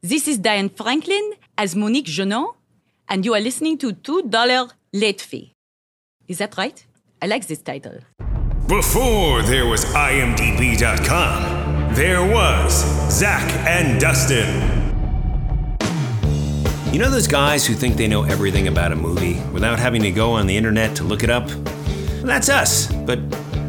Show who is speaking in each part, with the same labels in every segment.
Speaker 1: This is Diane Franklin as Monique Jeannot, and you are listening to $2 Late Fee. Is that right? I like this title.
Speaker 2: Before there was IMDb.com, there was Zach and Dustin. You know those guys who think they know everything about a movie without having to go on the internet to look it up? That's us, but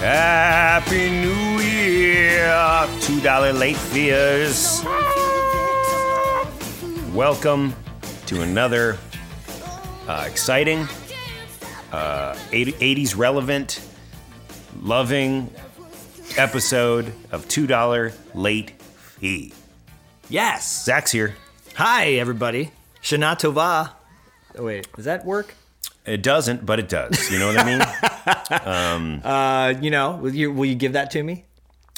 Speaker 2: Happy New Year, $2 late fears. Welcome to another uh, exciting, uh, 80s relevant, loving episode of $2 Late Fee.
Speaker 3: Yes!
Speaker 2: Zach's here.
Speaker 3: Hi, everybody. Shana Tova. Oh, wait, does that work?
Speaker 2: It doesn't, but it does. You know what I mean?
Speaker 3: Uh, you know, will you, will you give that to me?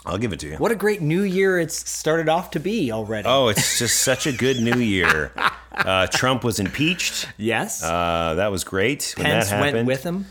Speaker 2: I'll give it to you.
Speaker 3: What a great new year it's started off to be already.
Speaker 2: Oh, it's just such a good new year. Uh, Trump was impeached.
Speaker 3: yes.
Speaker 2: Uh, that was great. When
Speaker 3: Pence
Speaker 2: that happened.
Speaker 3: went with him.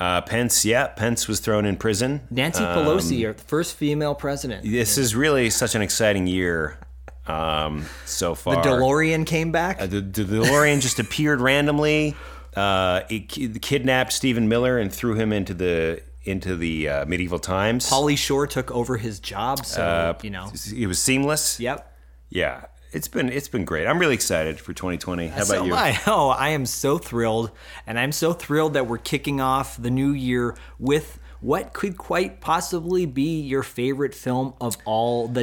Speaker 2: Uh, Pence, yeah, Pence was thrown in prison.
Speaker 3: Nancy
Speaker 2: Um,
Speaker 3: Pelosi, our first female president.
Speaker 2: This is really such an exciting year um, so far.
Speaker 3: The DeLorean came back.
Speaker 2: Uh, the, the DeLorean just appeared randomly. Uh, it ki- kidnapped Stephen Miller and threw him into the into the uh, medieval times.
Speaker 3: Polly Shore took over his job, so
Speaker 2: Uh,
Speaker 3: you know.
Speaker 2: it was seamless.
Speaker 3: Yep.
Speaker 2: yeah. It's been it's been great. I'm really excited for 2020. How about
Speaker 3: so
Speaker 2: you?
Speaker 3: am I. Oh, I am so thrilled, and I'm so thrilled that we're kicking off the new year with what could quite possibly be your favorite film of all the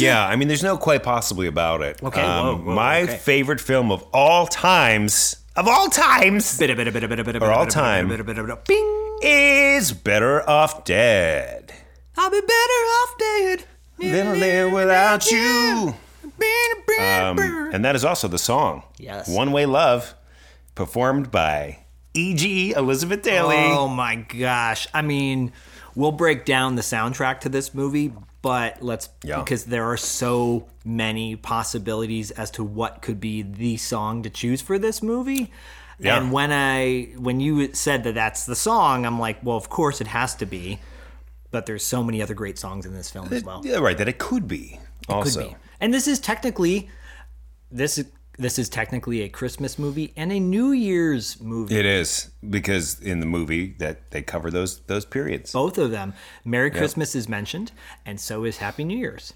Speaker 2: Yeah, I mean, there's no quite possibly about it. Um,
Speaker 3: Okay, whoa, whoa,
Speaker 2: my
Speaker 3: okay.
Speaker 2: favorite film of all times, of all times,
Speaker 3: Bit a bit a bit a bit a bit a
Speaker 2: For all
Speaker 3: bit a bit a
Speaker 2: time.
Speaker 3: bit a bit a bit a bit a- Bing.
Speaker 2: is Better Off Dead
Speaker 3: I'll be better off dead
Speaker 2: than Live Without You. Um, and that is also the song.
Speaker 3: Yes.
Speaker 2: One Way Love, performed by E.G. Elizabeth Daly.
Speaker 3: Oh my gosh. I mean, we'll break down the soundtrack to this movie, but let's
Speaker 2: Yeah.
Speaker 3: because there are so many possibilities as to what could be the song to choose for this movie.
Speaker 2: Yeah.
Speaker 3: And when I when you said that that's the song, I'm like, well, of course it has to be. But there's so many other great songs in this film as well.
Speaker 2: Yeah, right, that it could be. also.
Speaker 3: Could be. And this is technically this is this is technically a Christmas movie and a New Year's movie.
Speaker 2: It is because in the movie that they cover those those periods.
Speaker 3: both of them. Merry Christmas is mentioned, and so is Happy New Year's.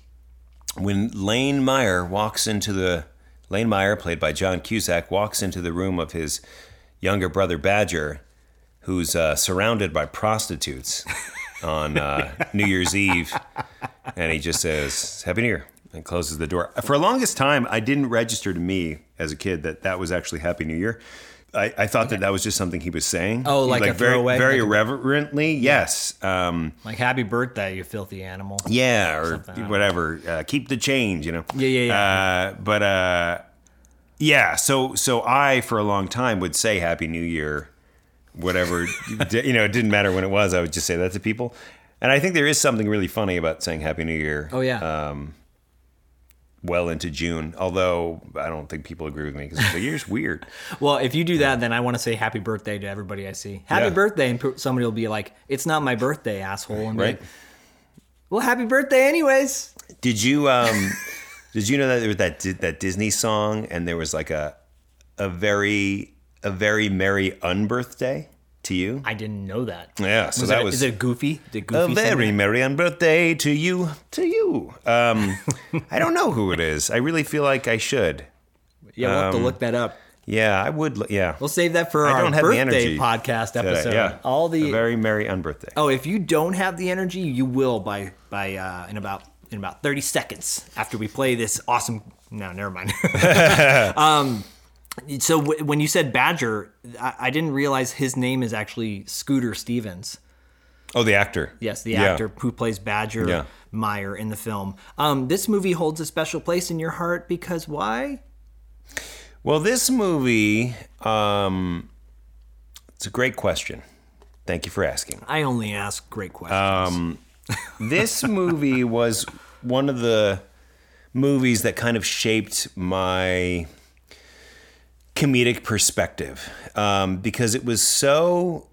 Speaker 2: when Lane Meyer walks into the Lane Meyer, played by John Cusack, walks into the room of his younger brother Badger, who's uh, surrounded by prostitutes on uh, New Year's Eve, and he just says "Happy New Year" and closes the door. For the longest time, I didn't register to me as a kid that that was actually Happy New Year. I, I thought that that was just something he was saying.
Speaker 3: Oh, like a
Speaker 2: very,
Speaker 3: throwaway?
Speaker 2: very
Speaker 3: Like a-
Speaker 2: irreverently. Yes. Um,
Speaker 3: Like Happy Birthday, you filthy animal.
Speaker 2: yeah, or whatever. Uh, keep the change, you know.
Speaker 3: Yeah, yeah,
Speaker 2: yeah. Uh, but uh, yeah, so so I for a long time would say Happy New Year, whatever. d- you know, it didn't matter when it was. I would just say that to people, And I think there is something really funny about saying Happy New Year.
Speaker 3: Oh, yeah.
Speaker 2: Um, well into June, although I don't think people agree with me because the year's weird.
Speaker 3: Well, if you do that, then I want to say happy birthday to everybody I see. Happy
Speaker 2: Yeah.
Speaker 3: birthday, and p- somebody will be like, "It's not my birthday, asshole," and be
Speaker 2: Right.
Speaker 3: like, "Well, happy birthday, anyways."
Speaker 2: Did you um did you know that there was that Di- that Disney song and there was like a a very a very merry unbirthday to you?
Speaker 3: I didn't know that.
Speaker 2: Yeah, so
Speaker 3: Was
Speaker 2: that
Speaker 3: it-
Speaker 2: was
Speaker 3: is it goofy? Did
Speaker 2: a
Speaker 3: goofy? sing
Speaker 2: very
Speaker 3: that?
Speaker 2: merry unbirthday to you to you. Um I don't know who it is. I really feel like I should.
Speaker 3: Yeah, we'll have to look that up.
Speaker 2: Yeah, I would. li- Yeah.
Speaker 3: We'll save that for
Speaker 2: um, I
Speaker 3: our
Speaker 2: don't have the
Speaker 3: birthday
Speaker 2: energy
Speaker 3: podcast
Speaker 2: today,
Speaker 3: episode.
Speaker 2: yeah.
Speaker 3: All the
Speaker 2: a very merry unbirthday.
Speaker 3: oh, if you don't have the energy, you will by by uh, in about in about thirty seconds after we play this awesome. No, never mind. um, so w- when you said Badger, I-, I didn't realize his name is actually Scooter Stevens.
Speaker 2: Oh, the actor.
Speaker 3: Yes, the
Speaker 2: Yeah.
Speaker 3: actor who plays Badger
Speaker 2: Yeah.
Speaker 3: Meyer in the film. Um, this movie holds a special place in your heart because why?
Speaker 2: Well, this movie, um, it's a great question. Thank you for asking.
Speaker 3: I only ask great questions.
Speaker 2: This movie was one of the movies that kind of shaped my comedic perspective um, because it was so,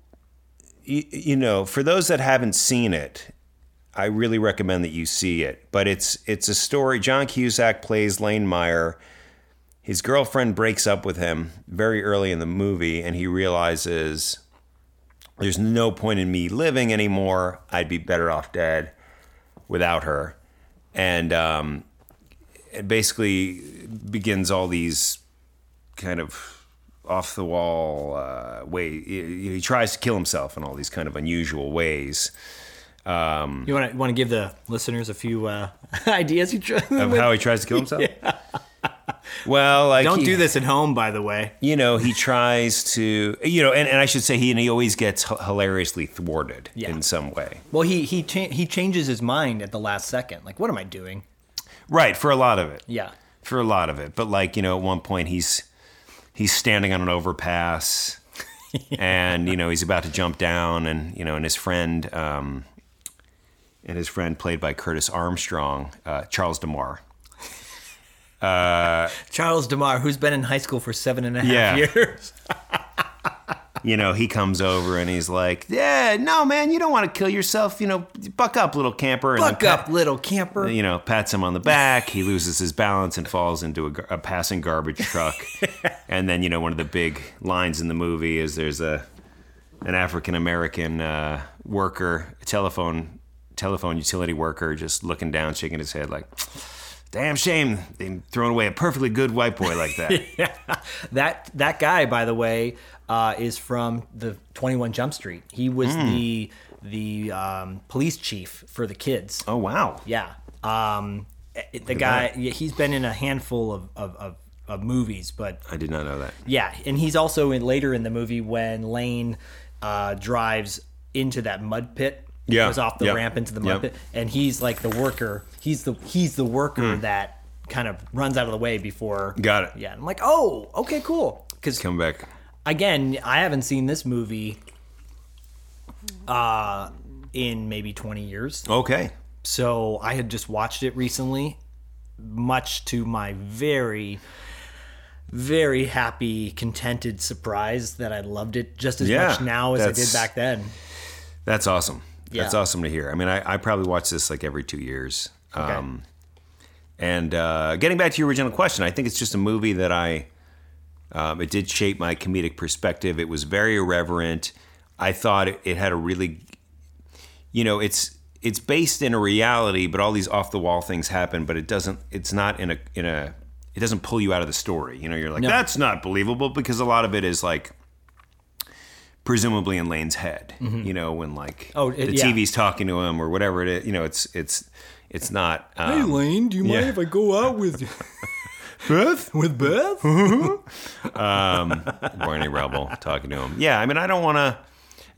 Speaker 2: you, you know, for those that haven't seen it, I really recommend that you see it. But it's it's a story. John Cusack plays Lane Meyer. His girlfriend breaks up with him very early in the movie, and he realizes there's no point in me living anymore. I'd be better off dead without her. And um, it basically begins all these kind of off the wall uh, way. He he tries to kill himself in all these kind of unusual ways. Um,
Speaker 3: you want to want to give the listeners a few uh, ideas? You try-
Speaker 2: of how he tries to kill himself. Well, like
Speaker 3: don't
Speaker 2: he-
Speaker 3: do this at home, by the way.
Speaker 2: You know, he tries to. You know, and, and I should say he and he always gets h- hilariously thwarted
Speaker 3: Yeah.
Speaker 2: in some way.
Speaker 3: Well, he he cha- he changes his mind at the last second. Like, what am I doing?
Speaker 2: Right for a lot of it.
Speaker 3: Yeah.
Speaker 2: for a lot of it. But like you know, at one point he's he's standing on an overpass, and you know he's about to jump down, and you know, and his friend um, and his friend played by Curtis Armstrong, uh, Charles Demar.
Speaker 3: Charles Demar, who's been in high school for seven and a
Speaker 2: Yeah.
Speaker 3: half years.
Speaker 2: you know, he comes over and he's like, "Yeah, no, man, you don't want to kill yourself. You know, buck up, little camper." And
Speaker 3: Buck
Speaker 2: then
Speaker 3: up, little camper.
Speaker 2: pat- You know, pats him on the back. He loses his balance and falls into a, gar- a passing garbage truck. and then, you know, one of the big lines in the movie is there's a an African American uh, worker, telephone telephone utility worker, just looking down, shaking his head, like, "Damn shame, they throwing away a perfectly good white boy like that."
Speaker 3: That that guy, by the way, uh, is from the Twenty One Jump Street. He was
Speaker 2: Hmm.
Speaker 3: the the um, police chief for the kids.
Speaker 2: oh wow,
Speaker 3: Yeah. Um, it- the guy, yeah, he's been in a handful of, of, of, of movies, but
Speaker 2: I did not know that.
Speaker 3: yeah, and he's also in later in the movie when Lane uh, drives into that mud pit.
Speaker 2: Yeah,
Speaker 3: goes off the
Speaker 2: yeah,
Speaker 3: ramp into the mud
Speaker 2: yeah.
Speaker 3: pit, and he's like the worker. He's the he's the worker that kind of runs out of the way before.
Speaker 2: Hmm. Got it.
Speaker 3: Yeah, I'm like, oh, okay, cool. Because
Speaker 2: Come back.
Speaker 3: again, I haven't seen this movie uh, in maybe 20 years.
Speaker 2: Okay.
Speaker 3: So I had just watched it recently, much to my very, very happy, contented surprise that I loved it just as
Speaker 2: Yeah,
Speaker 3: much now as I did
Speaker 2: that's-
Speaker 3: back then.
Speaker 2: That's awesome. That's
Speaker 3: Yeah.
Speaker 2: awesome to hear. I mean, I, I probably watch this like every two years. Um, and uh, getting back to your original question, I think it's just a movie that I, um, it did shape my comedic perspective. It was very irreverent. I thought it, it had a really, you know, it's it's based in a reality, but all these off the wall things happen. But it doesn't. It's not in a in a. It doesn't pull you out of the story. You know, you're like, that's not believable because a lot of it is like presumably in Lane's head. You know, when like
Speaker 3: Mm-hmm. Oh, it-
Speaker 2: the
Speaker 3: yeah.
Speaker 2: TV's talking to him or whatever it is. You know, it's it's it's not. Um,
Speaker 3: Lane, do you mind
Speaker 2: yeah. if
Speaker 3: I go out with Beth? With Beth?
Speaker 2: Um, Barney Rebel talking to him. Yeah, I mean, I don't want to,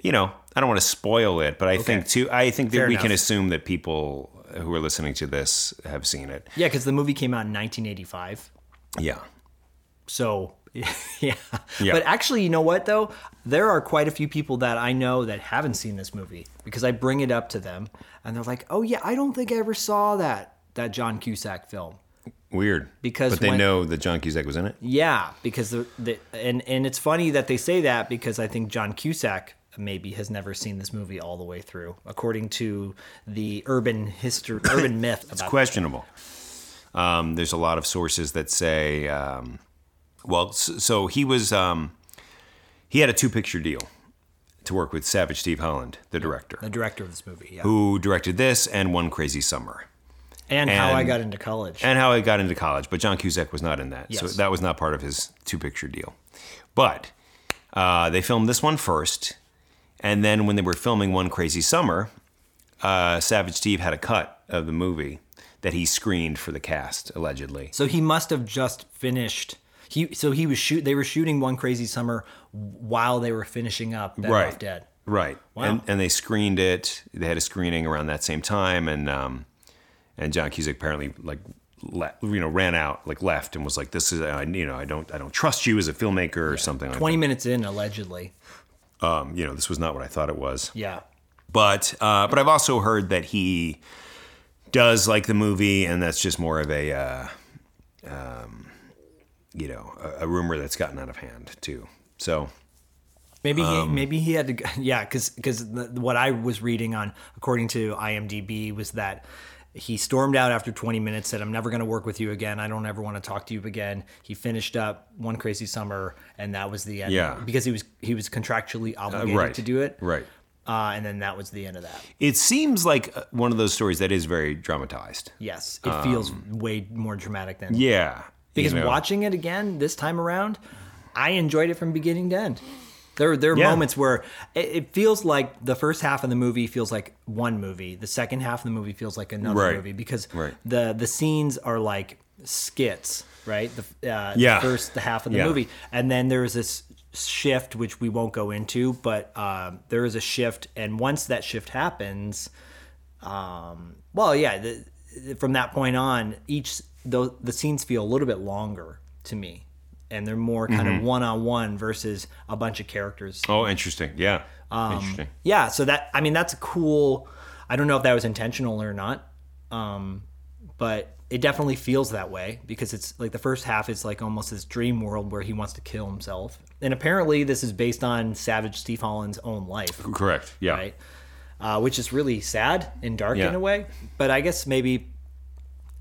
Speaker 2: you know, I don't want to spoil it, but I think too, I think that
Speaker 3: Fair
Speaker 2: we
Speaker 3: enough.
Speaker 2: can assume that people who are listening to this have seen it.
Speaker 3: yeah, because the movie came out in 1985.
Speaker 2: Yeah.
Speaker 3: So yeah.
Speaker 2: Yeah.
Speaker 3: But actually, you know what though? There are quite a few people that I know that haven't seen this movie because I bring it up to them and they're like, "Oh yeah, I don't think I ever saw that that John Cusack film."
Speaker 2: Weird.
Speaker 3: Because
Speaker 2: but they
Speaker 3: when-
Speaker 2: know that John Cusack was in it.
Speaker 3: Yeah, because the, the and and it's funny that they say that because I think John Cusack maybe has never seen this movie all the way through, according to the urban history, urban myth.
Speaker 2: It's
Speaker 3: about-
Speaker 2: questionable. Um, there's a lot of sources that say, um, well, s- so he was, um, he had a two picture deal to work with Savage Steve Holland, the director,
Speaker 3: the director of this movie, yeah,
Speaker 2: who directed this and One Crazy Summer.
Speaker 3: and, how I
Speaker 2: and-
Speaker 3: got into college.
Speaker 2: and how he got into college. But John Cusack was not in that, so
Speaker 3: Yes.
Speaker 2: that was not part of his two picture deal. But uh, they filmed this one first, and then when they were filming One Crazy Summer, uh, Savage Steve had a cut of the movie that he screened for the cast allegedly.
Speaker 3: So he must have just finished. He so he was shoot. They were shooting one crazy summer while they were finishing up Bed
Speaker 2: Right.
Speaker 3: Off Dead.
Speaker 2: Right, and, and they screened it. They had a screening around that same time, and um, and John Cusack apparently like le- you know ran out, like left, and was like, "This is I, you know I don't I don't trust you as a filmmaker or something." like
Speaker 3: Twenty minutes in, allegedly.
Speaker 2: um, you know, this was not what I thought it was.
Speaker 3: Yeah.
Speaker 2: But uh, but I've also heard that he does like the movie, and that's just more of a uh, um, you know a, a rumor that's gotten out of hand too. So
Speaker 3: Maybe
Speaker 2: Um,
Speaker 3: he maybe he had to g- yeah because because what I was reading on according to IMDb was that he stormed out after 20 minutes said I'm never going to work with you again I don't ever want to talk to you again he finished up one crazy summer and that was the end
Speaker 2: Yeah. Uh,
Speaker 3: because he was he was contractually obligated
Speaker 2: right.
Speaker 3: to do it
Speaker 2: Right.
Speaker 3: uh, and then that was the end of that
Speaker 2: it seems like uh, one of those stories that is very dramatized.
Speaker 3: yes it
Speaker 2: Um,
Speaker 3: feels way more dramatic than
Speaker 2: Yeah,
Speaker 3: because
Speaker 2: you know.
Speaker 3: watching it again this time around, I enjoyed it from beginning to end. There, there are
Speaker 2: Yeah.
Speaker 3: moments where it, it feels like the first half of the movie feels like one movie, the second half of the movie feels like another
Speaker 2: Right.
Speaker 3: movie because
Speaker 2: Right.
Speaker 3: the the scenes are like skits, right? The, uh,
Speaker 2: Yeah.
Speaker 3: the first half of the
Speaker 2: Yeah.
Speaker 3: movie, and then there is this shift which we won't go into, but um, there is a shift, and once that shift happens, um, well, yeah, the, from that point on, each the, the scenes feel a little bit longer to me, and they're more kind of one on one versus a bunch of characters.
Speaker 2: oh, interesting. Yeah,
Speaker 3: Um,
Speaker 2: interesting.
Speaker 3: Yeah, so that I mean that's a cool. I don't know if that was intentional or not, um, but it definitely feels that way because it's like the first half is like almost this dream world where he wants to kill himself, and apparently this is based on Savage Steve Holland's own life
Speaker 2: Correct. Yeah.
Speaker 3: right? Uh, which is really sad and dark in
Speaker 2: Yeah.
Speaker 3: a way, but I guess maybe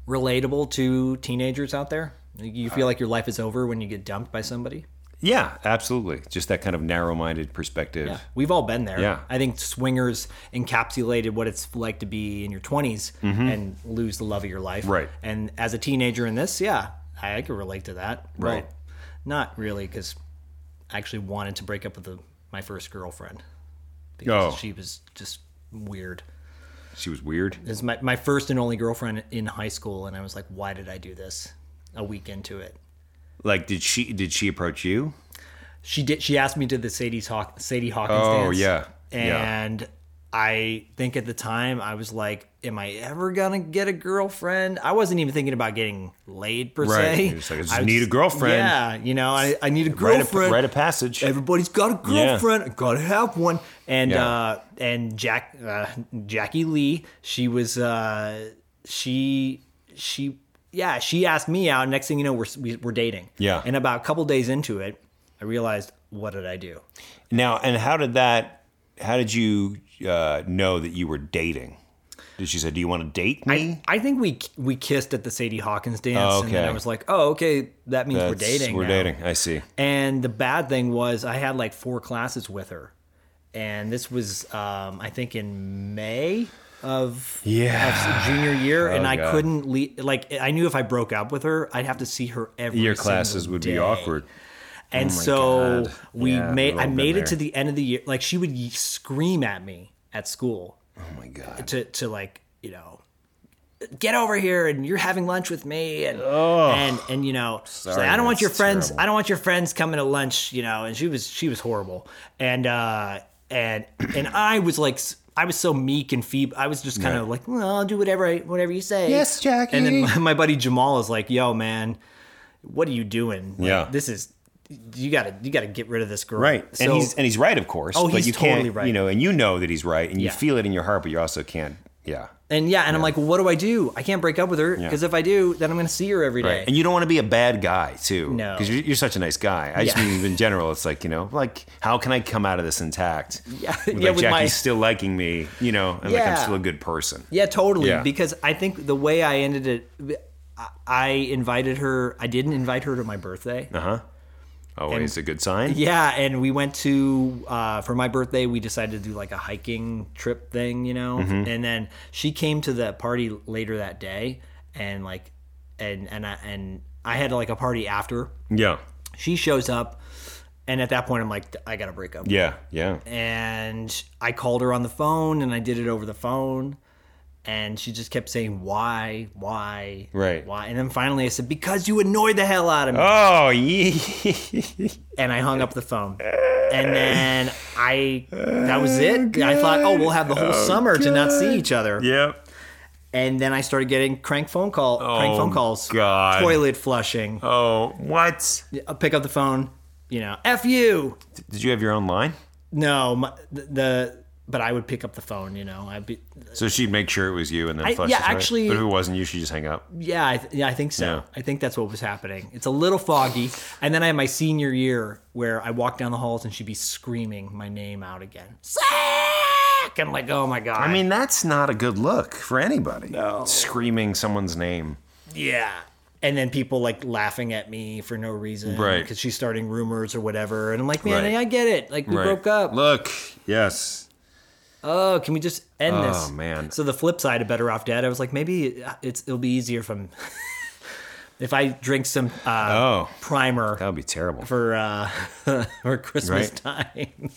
Speaker 3: relatable to teenagers out there. You feel
Speaker 2: Uh,
Speaker 3: like your life is over when you get dumped by somebody.
Speaker 2: Yeah, absolutely. Just that kind of narrow-minded perspective.
Speaker 3: Yeah, we've all been there.
Speaker 2: Yeah.
Speaker 3: I think swingers encapsulated what it's like to be in your 20s and lose the love of your life.
Speaker 2: Mm-hmm. Right.
Speaker 3: And as a teenager in this, yeah, I, I could relate to that. Well,
Speaker 2: Right.
Speaker 3: not really, because I actually wanted to break up with the, my first girlfriend
Speaker 2: Oh,
Speaker 3: because she was just weird.
Speaker 2: she was weird.
Speaker 3: This is my, my first and only girlfriend in high school, and I was like, why did I do this? A week into it,
Speaker 2: Like, did she did she approach you?
Speaker 3: she did. She asked me to the Sadie's Hawk, Sadie Hawkins
Speaker 2: Oh,
Speaker 3: dance.
Speaker 2: yeah, yeah.
Speaker 3: and I think at the time I was like, am I ever gonna get a girlfriend? I wasn't even thinking about getting laid per
Speaker 2: Right.
Speaker 3: se.
Speaker 2: You're just like, I just need a girlfriend.
Speaker 3: Yeah, you know, I, I need a
Speaker 2: Write
Speaker 3: girlfriend.
Speaker 2: a, write a passage.
Speaker 3: Everybody's got a
Speaker 2: Yeah.
Speaker 3: girlfriend. I Gotta have one. And
Speaker 2: Yeah.
Speaker 3: uh, and Jack uh, Jackie Lee, she was uh, she she yeah she asked me out. Next thing you know, we're we, we're dating.
Speaker 2: Yeah.
Speaker 3: And about a couple days into it, I realized what did I do?
Speaker 2: Now, and how did that? How did you uh, know that you were dating? Did she say, "Do you want to date me?"
Speaker 3: I think we we kissed at the Sadie Hawkins dance,
Speaker 2: Oh,
Speaker 3: and then I
Speaker 2: okay.
Speaker 3: was like, oh okay, that means we're
Speaker 2: That's-
Speaker 3: dating.
Speaker 2: We're
Speaker 3: now.
Speaker 2: dating. I see.
Speaker 3: And the bad thing was I had like four classes with her. And this was um, I think in May of
Speaker 2: Yeah. Oh,
Speaker 3: of junior year and I
Speaker 2: God.
Speaker 3: couldn't leave like I knew if I broke up with her I'd have to see her every
Speaker 2: Your
Speaker 3: single
Speaker 2: classes would be
Speaker 3: day.
Speaker 2: awkward.
Speaker 3: And so
Speaker 2: Oh God.
Speaker 3: we
Speaker 2: Yeah,
Speaker 3: made
Speaker 2: we've
Speaker 3: I
Speaker 2: all been
Speaker 3: made
Speaker 2: there.
Speaker 3: it to the end of the year like she would ye- scream at me at school
Speaker 2: Oh my god.
Speaker 3: to to like you know get over here and you're having lunch with me and and and you know she's like, I don't want
Speaker 2: that's
Speaker 3: your friends
Speaker 2: terrible.
Speaker 3: I don't want your friends coming to lunch you know and she was she was horrible and uh and and I was like s- I was so meek and feeble I was just kind of like well I'll do whatever I, whatever you say
Speaker 2: Yes, Jackie.
Speaker 3: and then my, my buddy Jamal is like yo man what are you doing Like,
Speaker 2: Yeah.
Speaker 3: this is you gotta you gotta get rid of this girl.
Speaker 2: Right.
Speaker 3: So,
Speaker 2: and he's and he's right, of course.
Speaker 3: Oh,
Speaker 2: but
Speaker 3: he's
Speaker 2: you can't,
Speaker 3: totally right.
Speaker 2: You know, and you know that he's right, and you
Speaker 3: Yeah.
Speaker 2: feel it in your heart, but you also can't. Yeah.
Speaker 3: and yeah, and I'm like, well, what do I do? I can't break up with her because if I do, then I'm gonna see her every day.
Speaker 2: Right. And you don't want to be a bad guy too.
Speaker 3: No.
Speaker 2: Because you're, you're such a nice guy. I just
Speaker 3: Yeah.
Speaker 2: mean in general, it's like, you know, like how can I come out of this intact? Yeah. With,
Speaker 3: Yeah,
Speaker 2: like
Speaker 3: with
Speaker 2: Jackie's
Speaker 3: my-
Speaker 2: still liking me, you know, and like I'm
Speaker 3: Yeah.
Speaker 2: still a good person.
Speaker 3: Yeah, totally.
Speaker 2: Yeah.
Speaker 3: Because I think the way I ended it, I- I invited her. I didn't invite her to my birthday.
Speaker 2: Always a good sign.
Speaker 3: Yeah, and we went to uh, for my birthday. We decided to do like a hiking trip thing, you know.
Speaker 2: Mm-hmm.
Speaker 3: And then she came to the party later that day, and like, and and I and I had like a party after.
Speaker 2: Yeah.
Speaker 3: She shows up, and at that point, I'm like, I gotta break up.
Speaker 2: Yeah. Yeah.
Speaker 3: and I called her on the phone and I did it over the phone and she just kept saying why why
Speaker 2: Right.
Speaker 3: why and then finally I said because you annoyed the hell out of me
Speaker 2: Oh yeah.
Speaker 3: and I hung up the phone and then I that was it I thought oh we'll have the whole summer to not see each other
Speaker 2: yep.
Speaker 3: and then I started getting crank phone call crank
Speaker 2: Oh,
Speaker 3: phone calls
Speaker 2: God.
Speaker 3: toilet flushing
Speaker 2: Oh, what?
Speaker 3: I'll pick up the phone you know f you
Speaker 2: Did you have your own line?
Speaker 3: no my, the, the but I would pick up the phone you know I'd be
Speaker 2: So she'd make sure it was you, and then
Speaker 3: I-
Speaker 2: flush
Speaker 3: yeah,
Speaker 2: the toilet?
Speaker 3: actually-
Speaker 2: But if it wasn't you, she'd just hang up.
Speaker 3: Yeah, I th- yeah, I think so.
Speaker 2: Yeah.
Speaker 3: I think that's what was happening. It's a little foggy. And then I had my senior year where I walked down the halls and she'd be screaming my name out again. Sack! I'm like, oh my God.
Speaker 2: I mean, that's not a good look for anybody. Screaming someone's name.
Speaker 3: yeah. And then people like laughing at me for no reason.
Speaker 2: Right.
Speaker 3: Because she's starting rumors or whatever. And I'm like, man,
Speaker 2: Right.
Speaker 3: hey, I get it. Like, we broke up.
Speaker 2: Look, yes.
Speaker 3: Oh, can we just end this?
Speaker 2: Oh, man.
Speaker 3: So the flip side of Better Off Dead, I was like, maybe it's, it'll be easier if I'm. If I drink some uh,
Speaker 2: Oh,
Speaker 3: primer,
Speaker 2: that would be terrible.
Speaker 3: for uh for Christmas
Speaker 2: Right.
Speaker 3: time.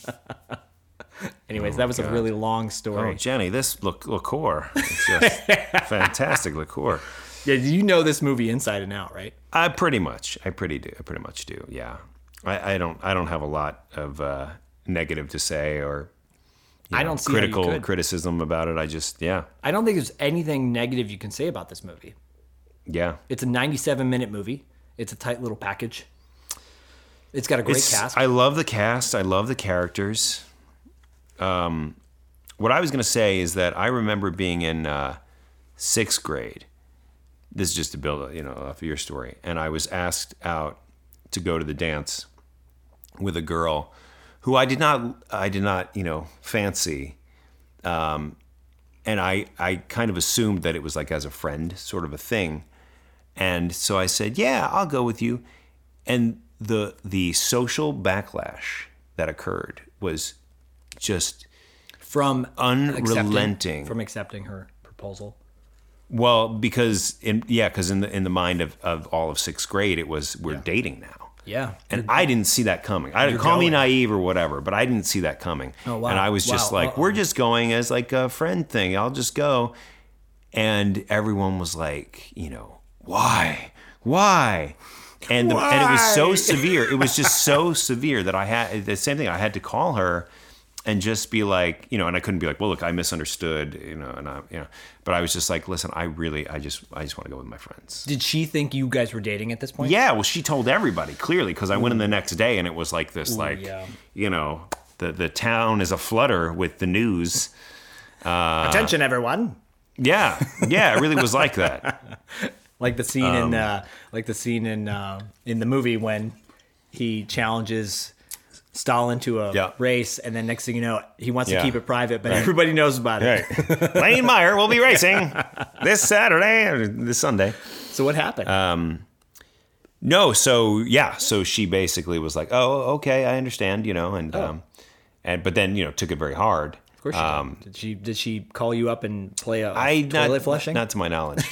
Speaker 3: Anyways, that was a really long
Speaker 2: oh,
Speaker 3: story.
Speaker 2: Jenny, this look liqueur. It's just fantastic liqueur.
Speaker 3: yeah, you know this movie inside and out, right?
Speaker 2: I pretty much, I pretty do, I pretty much do. Yeah, I, I don't, I don't have a lot of uh, negative to say or you
Speaker 3: I
Speaker 2: know,
Speaker 3: don't see how you
Speaker 2: critical
Speaker 3: could.
Speaker 2: criticism about it. I just, yeah,
Speaker 3: I don't think there's anything negative you can say about this movie.
Speaker 2: yeah.
Speaker 3: It's a 97 minute movie. It's a tight little package. It's got a great
Speaker 2: It's-
Speaker 3: cast.
Speaker 2: I love the cast. I love the characters. Um, what I was gonna say is that I remember being in uh, sixth grade. This is just to build, you know, off of your story. And I was asked out to go to the dance with a girl who I did not, I did not, you know, fancy. Um, and I, I kind of assumed that it was like as a friend sort of a thing. And so I said, "Yeah, I'll go with you." And the the social backlash that occurred was just
Speaker 3: from
Speaker 2: unrelenting.
Speaker 3: accepting, from accepting her proposal.
Speaker 2: well, because in yeah, because in the in the mind of, of all of sixth grade, it was we're dating now.
Speaker 3: Yeah.
Speaker 2: And I didn't see that coming. I call me
Speaker 3: going.
Speaker 2: naive or whatever, but I didn't see that coming.
Speaker 3: Oh, wow.
Speaker 2: And I was just
Speaker 3: Wow.
Speaker 2: like,
Speaker 3: Uh-oh.
Speaker 2: we're just going as like a friend thing. I'll just go. And everyone was like, you know, why? Why? And the, and it was so severe. It was just so severe that I had the same thing. I had to call her and just be like, you know, and I couldn't be like, well, look, I misunderstood, you know, and I, you know, but I was just like, listen, I really, I just, I just want to go with my friends.
Speaker 3: Did she think you guys were dating at this point?
Speaker 2: Yeah, well, she told everybody clearly because I went in the next day and it was like this, like
Speaker 3: yeah.
Speaker 2: you know, the the town is aflutter with the news.
Speaker 3: Attention, everyone.
Speaker 2: Yeah, yeah, it really was like that.
Speaker 3: like the scene
Speaker 2: Um,
Speaker 3: in uh, like the scene in uh, in the movie when he challenges Stalin to a
Speaker 2: Yeah.
Speaker 3: race, and then next thing you know, he wants
Speaker 2: Yeah.
Speaker 3: to keep it private, but everybody knows about it.
Speaker 2: Lane Meyer will be racing this Saturday or this Sunday.
Speaker 3: So what happened?
Speaker 2: Uh, No, so yeah, so she basically was like, "Oh, okay, I understand," you know, and um, and but then you know took it very hard.
Speaker 3: Oh. of course, she did. did she did she call you up and play a
Speaker 2: um, I
Speaker 3: toilet
Speaker 2: not,
Speaker 3: flushing?
Speaker 2: not to my knowledge,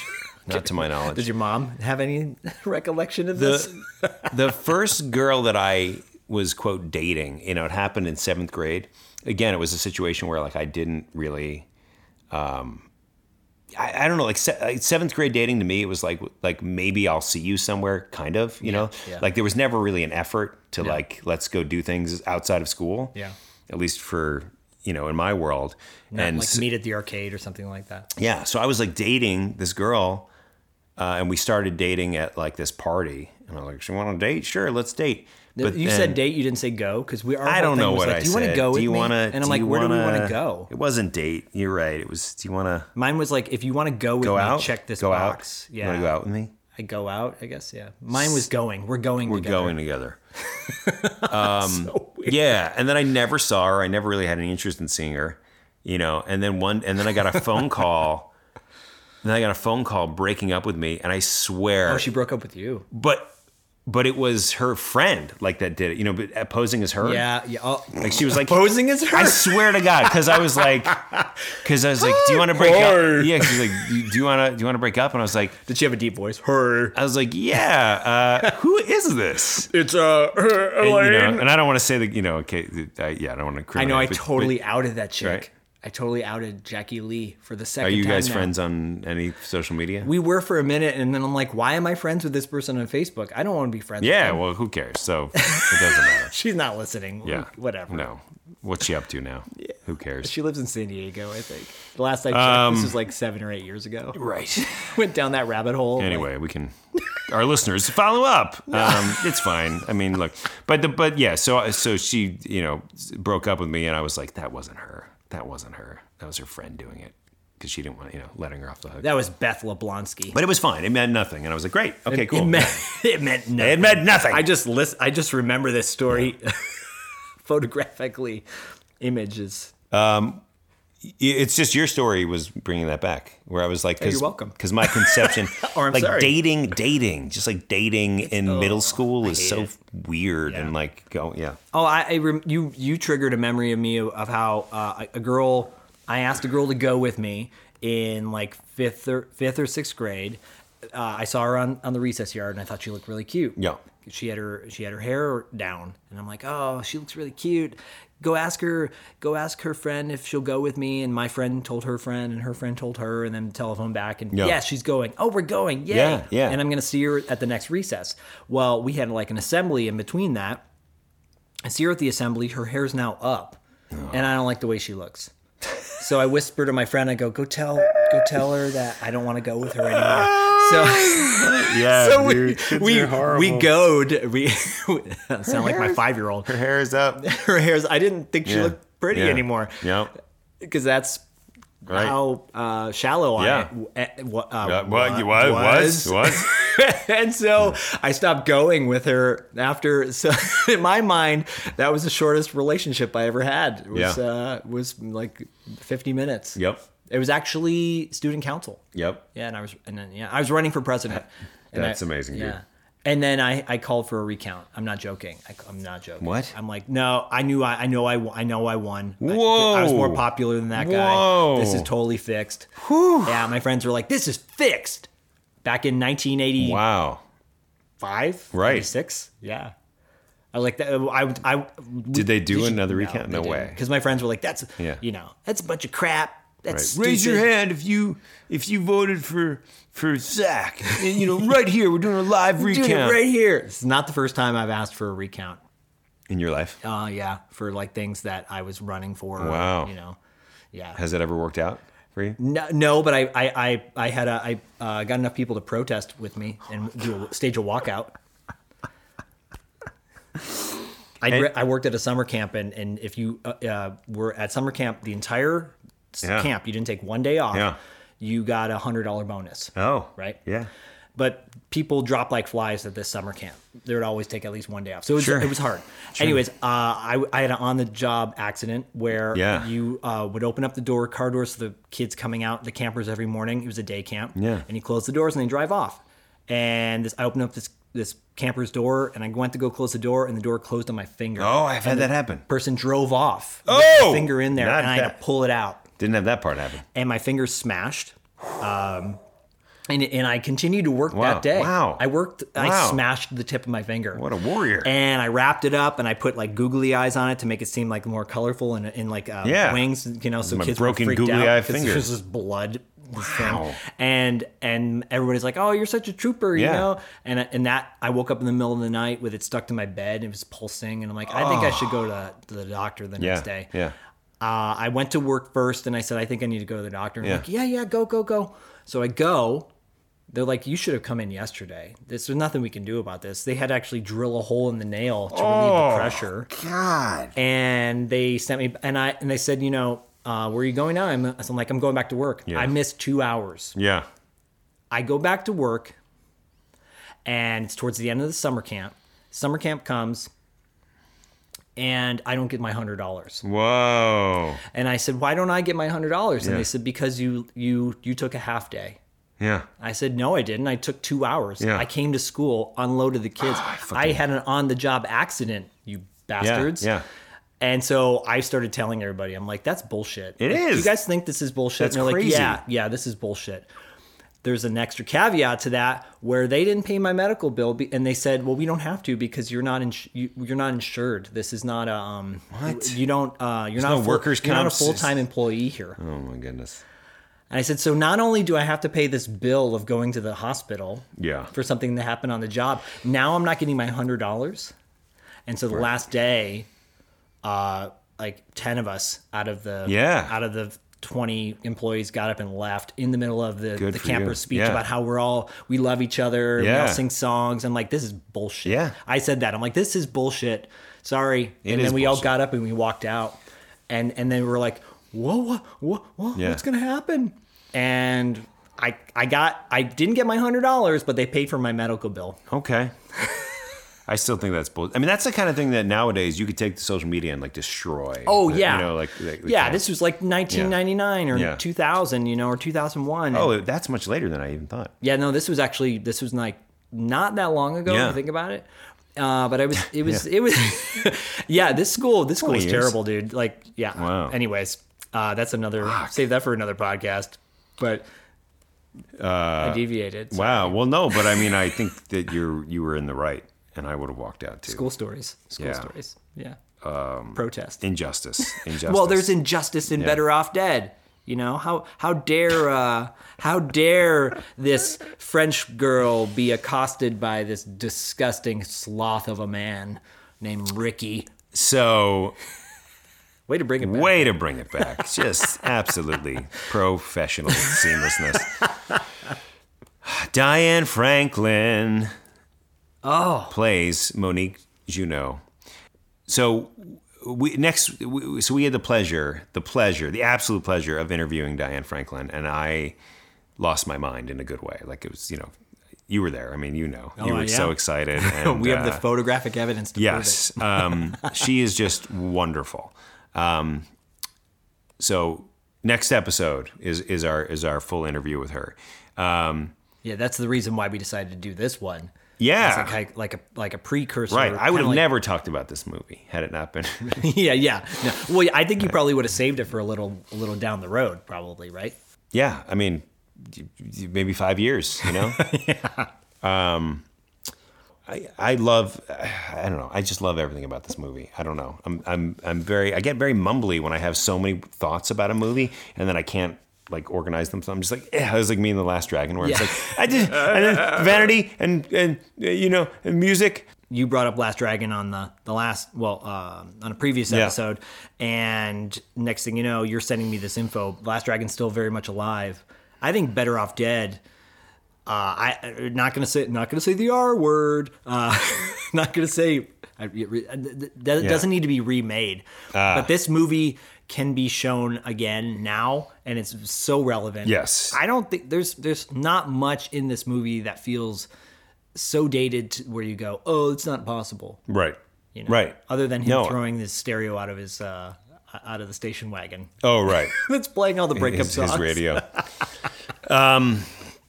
Speaker 2: not to my knowledge.
Speaker 3: did your mom have any recollection of this?
Speaker 2: the the first girl that I was quote dating, you know, it happened in seventh grade. Again, it was a situation where like I didn't really, um, I, I don't know, like se- like, seventh grade dating to me, it was like like maybe I'll see you somewhere, kind of, you know,
Speaker 3: yeah.
Speaker 2: like there was never really an effort to like let's go do things outside of school.
Speaker 3: Yeah.
Speaker 2: at least for you know in my world. and
Speaker 3: like
Speaker 2: so-
Speaker 3: meet at the arcade or something like that.
Speaker 2: yeah, so I was like dating this girl, uh, and we started dating at like this party, and I was like, "She want to date? Sure, let's date." But
Speaker 3: you
Speaker 2: then-
Speaker 3: said date, you didn't say go because we. Our
Speaker 2: I
Speaker 3: whole
Speaker 2: don't
Speaker 3: thing
Speaker 2: know
Speaker 3: was
Speaker 2: what
Speaker 3: like,
Speaker 2: I
Speaker 3: Do you
Speaker 2: said.
Speaker 3: want to go?
Speaker 2: do
Speaker 3: with
Speaker 2: you
Speaker 3: me?"
Speaker 2: wanna-
Speaker 3: And
Speaker 2: do
Speaker 3: I'm like,
Speaker 2: you
Speaker 3: where do we want
Speaker 2: wanna-
Speaker 3: to go?
Speaker 2: It wasn't date. You're right. It was. Do you want to
Speaker 3: Mine was like, if you want to go with
Speaker 2: go
Speaker 3: me,
Speaker 2: out?
Speaker 3: check this
Speaker 2: go
Speaker 3: box.
Speaker 2: Out? You
Speaker 3: Yeah,
Speaker 2: want to go out with me?
Speaker 3: I go out. I guess. Yeah, mine was going. We're going.
Speaker 2: We're
Speaker 3: together.
Speaker 2: going together. um, yeah, and then I never saw her. I never really had any interest in seeing her, you know. And then one, and then I got a phone call. and then I got a phone call breaking up with me, and I swear,
Speaker 3: Oh, she broke up with you.
Speaker 2: but but it was her friend like that did it, you know, but uh, posing as her.
Speaker 3: Yeah. Yeah. Oh,
Speaker 2: Like she was like
Speaker 3: Posing as her?
Speaker 2: I swear to God, because I was like, because I was like, do you want to break up? Yeah, she's like, do do you want to do you want to break up? And I was like,
Speaker 3: did she have a deep voice? Her.
Speaker 2: I was like, yeah. Uh, who is this?
Speaker 3: It's uh. Her,
Speaker 2: And, you know, and I don't want to say that, you know, okay, uh, I, yeah, I don't want to.
Speaker 3: I know. I totally outed that chick.
Speaker 2: Right.
Speaker 3: I totally outed Jackie Lee for the
Speaker 2: Are
Speaker 3: second.
Speaker 2: you
Speaker 3: time
Speaker 2: guys
Speaker 3: now.
Speaker 2: friends on any social media?
Speaker 3: We were for a minute, and then I'm like, why am I friends with this person on Facebook? I don't want to be friends. with
Speaker 2: yeah.
Speaker 3: them.
Speaker 2: Well, who cares? So it doesn't matter.
Speaker 3: she's not listening.
Speaker 2: Yeah.
Speaker 3: whatever.
Speaker 2: No. What's she up to now? Who cares?
Speaker 3: She lives in San Diego, I think. The last I checked, this was like seven or eight years ago.
Speaker 2: Um, right.
Speaker 3: Went down that rabbit hole. like,
Speaker 2: Anyway, we can. Our listeners follow up. Um, it's fine. I mean, look, but the but yeah. So so she you know broke up with me, and I was like, that wasn't her. That wasn't her. That was her friend doing it because she didn't want you know letting her off the hook.
Speaker 3: that was Beth Leblonsky.
Speaker 2: But it was fine. It meant nothing, and I was like, great. Okay, cool.
Speaker 3: It meant it meant no.
Speaker 2: It meant nothing.
Speaker 3: I just list. I just remember this story photographically. Images.
Speaker 2: it's just your story was bringing that back where I was like,
Speaker 3: Oh, you're welcome.
Speaker 2: Because my conception,
Speaker 3: Or I'm
Speaker 2: like
Speaker 3: sorry.
Speaker 2: dating, dating, just like dating in middle school is so weird and like go, yeah.
Speaker 3: Oh, I, I rem- you you triggered a memory of me of, of how uh, a a girl I asked a girl to go with me in like fifth or fifth or sixth grade. Uh, I saw her on, on the recess yard and I thought she looked really cute.
Speaker 2: Yeah.
Speaker 3: she had her she had her hair down and I'm like, oh, she looks really cute. Go ask her. Go ask her friend if she'll go with me. And my friend told her friend, and her friend told her, and then telephone back and
Speaker 2: Yeah.
Speaker 3: yeah, she's going. Oh, we're going. Yay.
Speaker 2: Yeah, yeah.
Speaker 3: And I'm gonna see her at the next recess. Well, we had like an assembly in between that. I see her at the assembly. Her hair's now up, and I don't like the way she looks. So I whisper to my friend, I go, "Go tell, go tell her that I don't want to go with her anymore."
Speaker 2: Yeah.
Speaker 3: So, so we we we goad. We sound like my five year old.
Speaker 2: Her hair is up.
Speaker 3: Her hair's. I didn't think she
Speaker 2: Yeah.
Speaker 3: looked pretty
Speaker 2: Yeah.
Speaker 3: anymore
Speaker 2: Yep.
Speaker 3: because that's
Speaker 2: Right.
Speaker 3: how uh, shallow
Speaker 2: Yeah.
Speaker 3: I uh, wa- uh,
Speaker 2: Uh,
Speaker 3: wa-
Speaker 2: what, you was, was, was.
Speaker 3: and so I stopped going with her after. So in my mind, that was the shortest relationship I ever had. Was
Speaker 2: Yeah.
Speaker 3: uh, was like fifty minutes.
Speaker 2: Yep.
Speaker 3: It was actually student council.
Speaker 2: Yep.
Speaker 3: Yeah, and I was and then yeah, I was running for president. And
Speaker 2: That's
Speaker 3: I-
Speaker 2: amazing, dude.
Speaker 3: Yeah. And then I, I called for a recount. I'm not joking. I, I'm not joking.
Speaker 2: What?
Speaker 3: I'm like, no, I knew I, I know I, w- I know I won. I- I, was
Speaker 2: Whoa.
Speaker 3: more popular than that guy.
Speaker 2: Whoa.
Speaker 3: This is totally fixed. Yeah, my friends were like, this is fixed. Back in 1980,
Speaker 2: Wow.
Speaker 3: five,
Speaker 2: Right.
Speaker 3: six, yeah. I was like that. I I
Speaker 2: Did they do another recount? No, way.
Speaker 3: because my friends were like, that's
Speaker 2: Yeah.
Speaker 3: you know that's a bunch of crap. That's
Speaker 2: Raise your
Speaker 3: stupid."
Speaker 2: hand if you if you voted for for Zach. And, you know, right here, we're doing a live
Speaker 3: Doing it
Speaker 2: recount
Speaker 3: right here. It's not the first time I've asked for a recount.
Speaker 2: in your life.
Speaker 3: Uh, yeah, for like things that I was running for. or,
Speaker 2: Wow.
Speaker 3: you know, yeah.
Speaker 2: Has that ever worked out for you?
Speaker 3: No, no, but I, I, I, I had a, I uh, got enough people to protest with me and do a, stage a walkout. I, gr- I worked at a summer camp, and, and if you uh, uh, were at summer camp, the entire s-
Speaker 2: Yeah.
Speaker 3: camp, you didn't take one day off.
Speaker 2: Yeah.
Speaker 3: You got a hundred dollar bonus.
Speaker 2: Oh,
Speaker 3: Right.
Speaker 2: Yeah.
Speaker 3: but people drop like flies at this summer camp. They would always take at least one day off. So it was,
Speaker 2: Sure.
Speaker 3: it was hard. Anyways, uh, I, I had an on the job accident where
Speaker 2: Yeah.
Speaker 3: you uh, would open up the door, car doors to the kids coming out, the campers every morning. It was a day camp.
Speaker 2: Yeah.
Speaker 3: And you close the doors and they drive off. And this, I opened up this this camper's door and I went to go close the door and the door closed on my finger.
Speaker 2: Oh, I've had that happen.
Speaker 3: Person drove off. with
Speaker 2: Oh!
Speaker 3: the finger in there
Speaker 2: Not
Speaker 3: and I had
Speaker 2: that-
Speaker 3: to pull it out
Speaker 2: Didn't have that part happen.
Speaker 3: and my fingers smashed. Um, and and I continued to work
Speaker 2: Wow.
Speaker 3: that day.
Speaker 2: Wow.
Speaker 3: I worked. I
Speaker 2: Wow.
Speaker 3: smashed the tip of my finger.
Speaker 2: What a warrior.
Speaker 3: And I wrapped it up and I put like googly eyes on it to make it seem like more colorful and, and like uh,
Speaker 2: Yeah.
Speaker 3: wings, you know, so
Speaker 2: My
Speaker 3: kids were
Speaker 2: broken
Speaker 3: freaked
Speaker 2: googly
Speaker 3: out
Speaker 2: eye
Speaker 3: 'cause there
Speaker 2: finger.
Speaker 3: was this blood.
Speaker 2: Wow.
Speaker 3: Thing. And and everybody's like, oh, you're such a trooper, you
Speaker 2: Yeah.
Speaker 3: know. And and that I woke up in the middle of the night with it stuck to my bed. And it was pulsing, and I'm like, I think I should go to, to the doctor the
Speaker 2: Ah. yeah.
Speaker 3: next day
Speaker 2: Yeah.
Speaker 3: uh, I went to work first and I said, I think I need to go to the doctor. And
Speaker 2: Yeah.
Speaker 3: yeah. like, yeah, yeah, go, go, go. So I go, They're like, you should have come in yesterday. This, there's nothing we can do about this. They had to actually drill a hole in the nail to relieve the pressure.
Speaker 4: God.
Speaker 3: and they sent me and I and they said, you know, uh, where are you going now? I'm, I'm like, I'm going back to work. I missed two hours.
Speaker 2: Yeah.
Speaker 3: I go back to work, and it's towards the end of the summer camp. Summer camp comes, and I don't get my hundred dollars.
Speaker 2: Whoa.
Speaker 3: And I said, why don't I get my hundred dollars? And they said because you you you took a half day.
Speaker 2: Yeah.
Speaker 3: I said, no, I didn't. I took two hours.
Speaker 2: Yeah. Ah,
Speaker 3: I came to school, unloaded the kids. I had an on the job accident, you bastards.
Speaker 2: Yeah.
Speaker 3: And so I started telling everybody, I'm like, that's bullshit.
Speaker 2: It
Speaker 3: It is.
Speaker 2: is.
Speaker 3: You guys think this is bullshit?
Speaker 2: That's
Speaker 3: and they're
Speaker 2: crazy.
Speaker 3: like, yeah, yeah, this is bullshit. There's an extra caveat to that where they didn't pay my medical bill, be- and they said, "Well, we don't have to because you're not ins- you, you're not insured. This is not a um,
Speaker 2: What?
Speaker 3: you don't uh, you're not
Speaker 2: no
Speaker 3: a full-
Speaker 2: workers'
Speaker 3: you're not a
Speaker 2: comp sys-
Speaker 3: full time employee here."
Speaker 2: Oh my goodness.
Speaker 3: And I said, so not only do I have to pay this bill of going to the hospital
Speaker 2: Yeah.
Speaker 3: for something that happened on the job, now I'm not getting my hundred dollars. And so the last day, uh, like ten of us out of the
Speaker 2: Yeah.
Speaker 3: out of the twenty employees got up and left in the middle of the,
Speaker 2: Good
Speaker 3: the
Speaker 2: for you.
Speaker 3: camper speech
Speaker 2: Yeah.
Speaker 3: about how we're all we love each other, we
Speaker 2: Yeah.
Speaker 3: all sing songs. I'm like, this is bullshit.
Speaker 2: Yeah.
Speaker 3: I said that. I'm like, this is bullshit. Sorry.
Speaker 2: It
Speaker 3: and
Speaker 2: is
Speaker 3: then we
Speaker 2: bullshit.
Speaker 3: all got up and we walked out. And and then we were like, whoa, whoa, whoa, whoa
Speaker 2: Yeah.
Speaker 3: what's gonna happen? And I I got I didn't get my hundred dollars, but they paid for my medical bill.
Speaker 2: Okay. I still think that's bull. I mean, that's the kind of thing that nowadays you could take to social media and like destroy.
Speaker 3: Oh
Speaker 2: The-
Speaker 3: yeah,
Speaker 2: You know, like, like the
Speaker 3: yeah,
Speaker 2: kind-
Speaker 3: this was like 1999 or
Speaker 2: Yeah.
Speaker 3: 2000, you know, or 2001.
Speaker 2: Oh, that's much later than I even thought.
Speaker 3: yeah, no, this was actually this was like not that long ago.
Speaker 2: Yeah.
Speaker 3: If you think about it. Uh, but I was, it was, it was, yeah. This school, this school
Speaker 2: 20
Speaker 3: was
Speaker 2: years.
Speaker 3: terrible, dude. Like, yeah.
Speaker 2: Wow.
Speaker 3: Anyways, uh, that's another. Save that for another podcast. But I deviated. So,
Speaker 2: Uh, Wow. Well, no, but I mean, I think that you're you were in the right, and I would have walked out too.
Speaker 3: School stories. School
Speaker 2: Yeah.
Speaker 3: stories. Yeah. Um, Protest.
Speaker 2: Injustice. Injustice.
Speaker 3: Well, there's injustice in Better Off Dead. You know how how dare uh, how dare this French girl be accosted by this disgusting sloth of a man named Ricky?
Speaker 2: so
Speaker 3: Way to bring it back.
Speaker 2: way to bring it back. Just absolutely professional seamlessness. Diane Franklin.
Speaker 3: Oh.
Speaker 2: plays Monique Juno. So we next we, so we had the pleasure, the pleasure, the absolute pleasure of interviewing Diane Franklin and I lost my mind in a good way. Like it was, you know, you were there. I mean, you know. you
Speaker 3: Oh,
Speaker 2: were
Speaker 3: yeah.
Speaker 2: so excited and
Speaker 3: we have the
Speaker 2: uh,
Speaker 3: photographic evidence to
Speaker 2: Yes. um, she is just wonderful. Um, so next episode is is our is our full interview with her. Um,
Speaker 3: prove it. Yeah, that's the reason why we decided to do this one.
Speaker 2: yeah.
Speaker 3: It's like, like a like a precursor.
Speaker 2: Right. I would
Speaker 3: kinda
Speaker 2: have
Speaker 3: like-
Speaker 2: never talked about this movie had it not been
Speaker 3: yeah, yeah. No. Well, I think you probably would have saved it for a little a little down the road, probably, right?
Speaker 2: yeah i mean y- y- maybe five years you know yeah. um I, I love I don't know I just love everything about this movie I don't know I'm I'm I'm very I get very mumbly when I have so many thoughts about a movie and then I can't like organize them so I'm just like eh, I was like me in the Last Dragon where it's
Speaker 3: Yeah.
Speaker 2: like I just and then vanity and and uh, you know and music
Speaker 3: you brought up Last Dragon on the the last well um on a previous
Speaker 2: Yeah.
Speaker 3: episode, and next thing you know, you're sending me this info. Last Dragon's still very much alive. I think Better Off Dead. Uh, I not gonna say not gonna say the R word. Uh, not gonna say. I, it re- uh, it doesn't doesn't need to be remade,
Speaker 2: Ah.
Speaker 3: but this movie can be shown again now, and it's so relevant.
Speaker 2: Yes.
Speaker 3: I don't think there's there's not much in this movie that feels so dated to where you go, oh, it's not possible.
Speaker 2: right
Speaker 3: You
Speaker 2: right
Speaker 3: Other than him
Speaker 2: No.
Speaker 3: throwing his stereo out of his uh, out of the station wagon
Speaker 2: oh right
Speaker 3: that's playing all the breakup
Speaker 2: his, his
Speaker 3: songs.
Speaker 2: radio. um,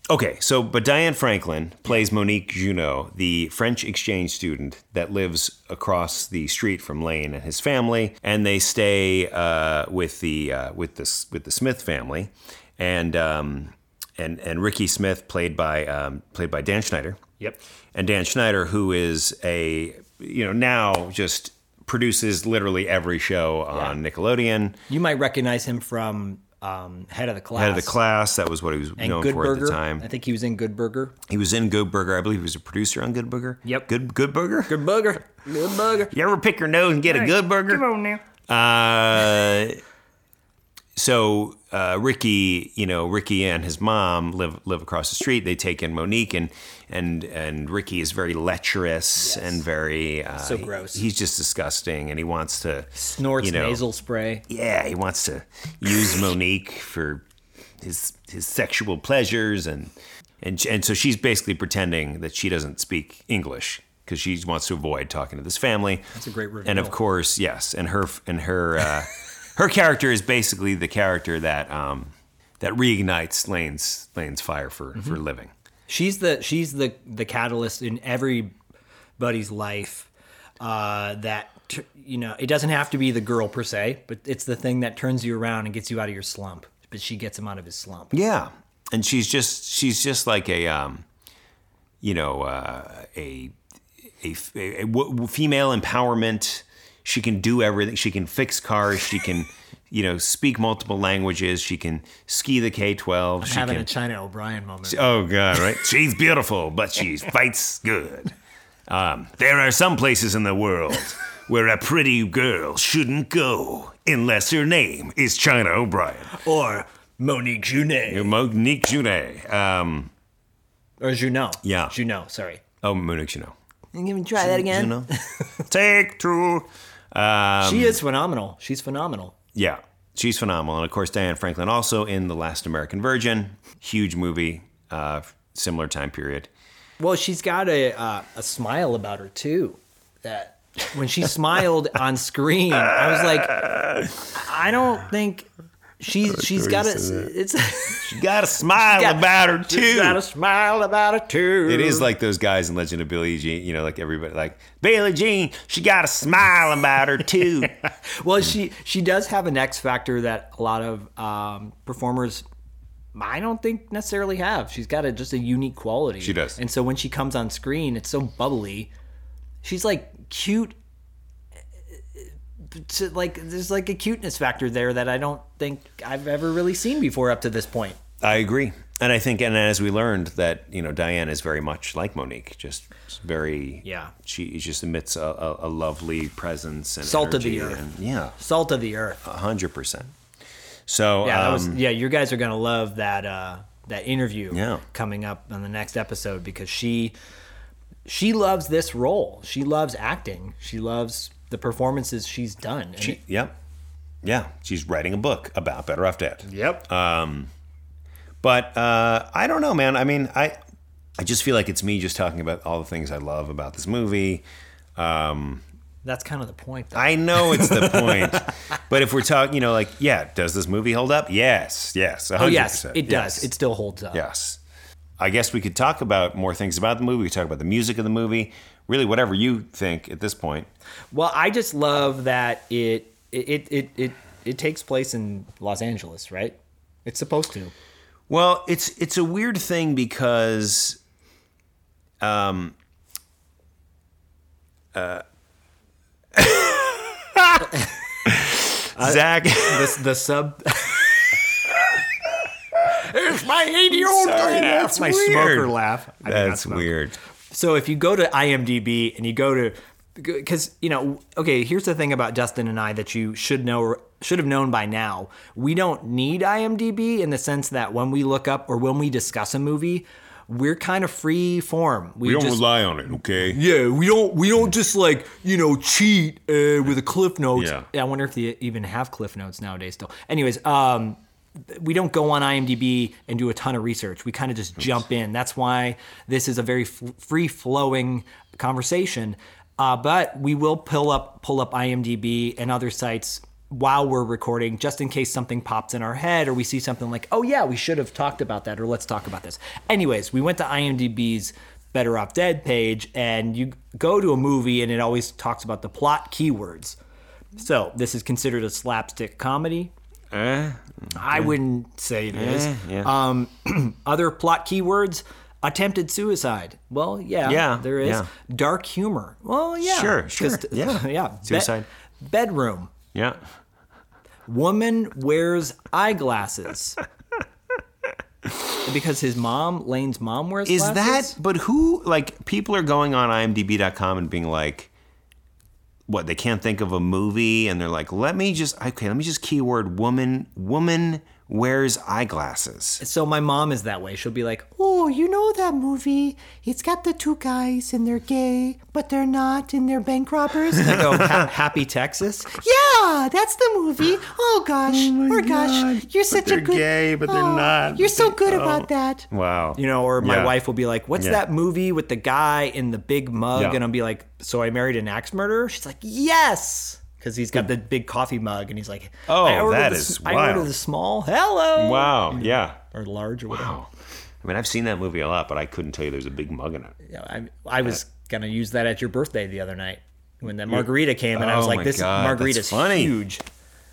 Speaker 2: okay, so but Diane Franklin plays Monique Junot, the French exchange student that lives across the street from Lane and his family, and they stay uh, with the uh, with the with the Smith family, and um, and and Ricky Smith played by um, played by Dan Schneider.
Speaker 3: Yep.
Speaker 2: And Dan Schneider, who is a you know now just produces literally every show on Nickelodeon.
Speaker 3: You might recognize him from um, Head of the Class.
Speaker 2: Head of the class, that was what he was
Speaker 3: and
Speaker 2: known
Speaker 3: Good
Speaker 2: for
Speaker 3: Burger.
Speaker 2: at the time.
Speaker 3: I think he was in Good Burger.
Speaker 2: He was in Good Burger. I believe he was a producer on Good Burger.
Speaker 3: Yep.
Speaker 2: Good Good Burger.
Speaker 3: Good Burger. Good Burger.
Speaker 2: You ever pick your nose and get a Good Burger?
Speaker 3: on now.
Speaker 2: Uh, so uh, Ricky, you know, Ricky and his mom live live across the street. They take in Monique, and and and Ricky is very lecherous and very uh,
Speaker 3: So gross.
Speaker 2: he's just disgusting, and he wants to
Speaker 3: Snorts
Speaker 2: you know,
Speaker 3: nasal spray.
Speaker 2: Yeah, he wants to use Monique for his his sexual pleasures, and and and so she's basically pretending that she doesn't speak English because she wants to avoid talking to this family. That's
Speaker 3: a great reveal.
Speaker 2: And of course, yes, and her and her uh, her character is basically the character that um, that reignites Lane's Lane's fire for for
Speaker 3: Mm-hmm.
Speaker 2: living.
Speaker 3: She's the she's the the catalyst in everybody's life. Uh, that t- you know, it doesn't have to be the girl per se, but it's the thing that turns you around and gets you out of your slump. But she gets him out of his slump.
Speaker 2: Yeah, and she's just she's just like a um, you know uh, a, a f- a- a w- w- female empowerment. She can do everything. She can fix cars. She can you know speak multiple languages. She can ski the K twelve. She
Speaker 3: Having
Speaker 2: can
Speaker 3: a China O'Brien moment.
Speaker 2: Oh God, right? She's beautiful, but she fights good. Um, there are some places in the world where a pretty girl shouldn't go unless her name is China O'Brien
Speaker 3: or Monique Junet.
Speaker 2: Monique Junet. Um,
Speaker 3: Or Junot.
Speaker 2: Yeah.
Speaker 3: Junot, sorry.
Speaker 2: oh, Monique Juno.
Speaker 3: And even try that again.
Speaker 2: Take two. Um,
Speaker 3: She is phenomenal. She's phenomenal.
Speaker 2: yeah, she's phenomenal, and of course Diane Franklin also in The Last American Virgin, huge movie, uh, similar time period.
Speaker 3: Well, she's got a uh, a smile about her too. That when she smiled on screen, I was like, I don't think she's she's got a it's
Speaker 2: She got a smile about her too.
Speaker 3: she's got a smile about her too.
Speaker 2: It is like those guys in Legend of Billie Jean, you know, like everybody, like Billie Jean. She got a smile about her too.
Speaker 3: well, she she does have an X factor that a lot of um, performers. I don't think necessarily have. She's got a, just a unique quality. She
Speaker 2: does.
Speaker 3: And so when she comes on screen, it's so bubbly. She's like cute. It's like there's like a cuteness factor there that I don't think I've ever really seen before up to this point.
Speaker 2: I agree, and I think, and as we learned that you know Diane is very much like Monique, just very
Speaker 3: Yeah.
Speaker 2: She just emits a, a, a lovely presence and
Speaker 3: Salt of
Speaker 2: energy
Speaker 3: the earth.
Speaker 2: and- yeah,
Speaker 3: Salt of the earth.
Speaker 2: a hundred percent. So
Speaker 3: Yeah, that
Speaker 2: um,
Speaker 3: was, yeah. You guys are gonna love that uh, that interview
Speaker 2: Yeah.
Speaker 3: coming up on the next episode because she she loves this role. She loves acting. She loves the performances she's done. And it-
Speaker 2: yep, yeah, she's writing a book about Better Off Dead.
Speaker 3: yep.
Speaker 2: But uh, I don't know, man. I mean, I I just feel like it's me just talking about all the things I love about this movie.
Speaker 3: That's kind of the point. Though.
Speaker 2: I know it's the point, but if we're talking, you know, like, yeah, does this movie hold up? Yes, yes, 100%.
Speaker 3: oh yes, it does.
Speaker 2: Yes.
Speaker 3: It still holds up.
Speaker 2: Yes. I guess we could talk about more things about the movie. We could talk about the music of the movie. Really, whatever you think at this point.
Speaker 3: Well, I just love that it it it it it, it takes place in Los Angeles, right? It's supposed to.
Speaker 2: Well, it's it's a weird thing because, um, uh, Zach,
Speaker 3: The, the sub. it's my eighty-year-old
Speaker 2: Sorry, that's
Speaker 3: That's my
Speaker 2: weird.
Speaker 3: smoker laugh. I mean, not
Speaker 2: that's
Speaker 3: smoker.
Speaker 2: weird.
Speaker 3: So if you go to IMDb and you go to, because you know, okay, here's the thing about Justin and I that you should know, should have known by now. We don't need IMDb in the sense that when we look up or when we discuss a movie, we're kind of free form. We, just,
Speaker 2: rely on it, okay?
Speaker 3: yeah, we don't, we don't just like you know cheat uh, with a cliff notes.
Speaker 2: Yeah.
Speaker 3: I wonder if they even have cliff notes nowadays still. Anyways, um, we don't go on IMDb and do a ton of research. We kind of just jump in. That's why this is a very f- free flowing conversation. Uh, but we will pull up pull up IMDb and other sites while we're recording, just in case something pops in our head or we see something like, "Oh yeah, we should have talked about that," or "Let's talk about this." Anyways, we went to IMDb's Better Off Dead page, and you go to a movie, and it always talks about the plot keywords. So this is considered a slapstick comedy. I wouldn't say it is.
Speaker 2: Eh.
Speaker 3: Um, other plot keywords: attempted suicide. Well, yeah,
Speaker 2: Yeah,
Speaker 3: there is
Speaker 2: yeah.
Speaker 3: dark humor. Well, yeah,
Speaker 2: Sure,
Speaker 3: 'cause-
Speaker 2: sure, yeah.
Speaker 3: yeah. Be-
Speaker 2: Suicide.
Speaker 3: bedroom.
Speaker 2: Yeah.
Speaker 3: Woman wears eyeglasses. because his mom, Lane's mom, wears.
Speaker 2: Is
Speaker 3: glasses?
Speaker 2: that, but who, like, people are going on imdb.com and being like, what they can't think of a movie and they're like, let me just okay, let me just keyword woman woman wears eyeglasses.
Speaker 3: So my mom is that way. She'll be like, "Oh, you know that movie? It's got the two guys and they're gay, but they're not, and they're bank robbers." I go, "Ha- "Happy Texas? Yeah, that's the movie. Oh gosh, or gosh, you're such a
Speaker 2: they're
Speaker 3: good
Speaker 2: gay, but they're
Speaker 3: Oh,
Speaker 2: not,
Speaker 3: You're
Speaker 2: but
Speaker 3: so
Speaker 2: they-
Speaker 3: good
Speaker 2: oh."
Speaker 3: about that."
Speaker 2: Wow.
Speaker 3: You know, or my
Speaker 2: Yeah.
Speaker 3: wife will be like, "What's
Speaker 2: Yeah.
Speaker 3: that movie with the guy in the big mug?"
Speaker 2: Yeah.
Speaker 3: And I'll be like, "So I married an axe murderer." She's like, "Yes." Because he's got the big coffee mug, and he's like,
Speaker 2: Oh,
Speaker 3: I ordered
Speaker 2: that
Speaker 3: the,
Speaker 2: is
Speaker 3: s- I
Speaker 2: wild.
Speaker 3: ordered the small. Hello.
Speaker 2: Wow. Yeah.
Speaker 3: Or large or whatever.
Speaker 2: I mean, I've seen that movie a lot, but I couldn't tell you there's a big mug in it.
Speaker 3: Yeah, I, I was gonna use that at your birthday the other night when that margarita came, and I was
Speaker 2: Oh
Speaker 3: like,
Speaker 2: my
Speaker 3: "This
Speaker 2: God, that's
Speaker 3: margarita's
Speaker 2: funny.
Speaker 3: huge."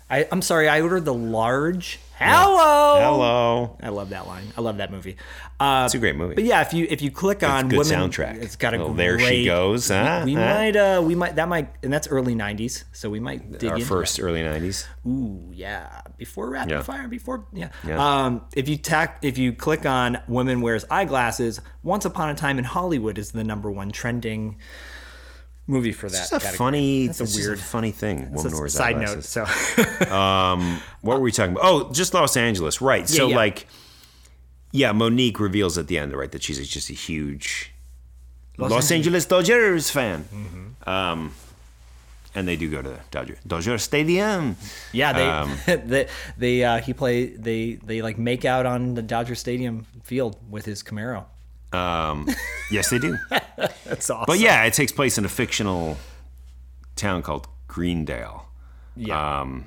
Speaker 3: I, I'm sorry, I ordered the large. Hello.
Speaker 2: Hello.
Speaker 3: I love that line. I love that movie. Uh,
Speaker 2: It's a great movie.
Speaker 3: but yeah, if you if you click on
Speaker 2: good
Speaker 3: women,
Speaker 2: soundtrack.
Speaker 3: It's got a
Speaker 2: Little
Speaker 3: great.
Speaker 2: There She Goes,
Speaker 3: We,
Speaker 2: huh?
Speaker 3: we
Speaker 2: Huh?
Speaker 3: might uh we might that might and that's early '90s, so we might dig
Speaker 2: Our
Speaker 3: into
Speaker 2: first early 90s.
Speaker 3: Ooh, yeah. Before rapid
Speaker 2: Yeah.
Speaker 3: fire, before yeah.
Speaker 2: Yeah.
Speaker 3: Um, if you tack, if you click on "Women Wears Eyeglasses," "Once Upon a Time in Hollywood" is the number one trending movie for that.
Speaker 2: It's a
Speaker 3: category.
Speaker 2: funny,
Speaker 3: That's
Speaker 2: it's a
Speaker 3: a
Speaker 2: weird,
Speaker 3: weird-
Speaker 2: funny thing.
Speaker 3: It's a
Speaker 2: Woman wears
Speaker 3: side note.
Speaker 2: eyeglasses.
Speaker 3: So
Speaker 2: What were we talking about? Oh, just Los Angeles, right? so
Speaker 3: yeah.
Speaker 2: like, yeah, Monique reveals at the end, right, that she's just a huge Los, Angeles, Dodgers fan. Um,
Speaker 3: Mm-hmm.
Speaker 2: and they do go to the Dodger Dodger Stadium.
Speaker 3: yeah, they
Speaker 2: Um,
Speaker 3: they, they uh, he play they they like make out on the Dodger Stadium field with his Camaro.
Speaker 2: Yes, they do.
Speaker 3: That's awesome.
Speaker 2: But yeah, it takes place in a fictional town called Greendale.
Speaker 3: yeah,
Speaker 2: Um,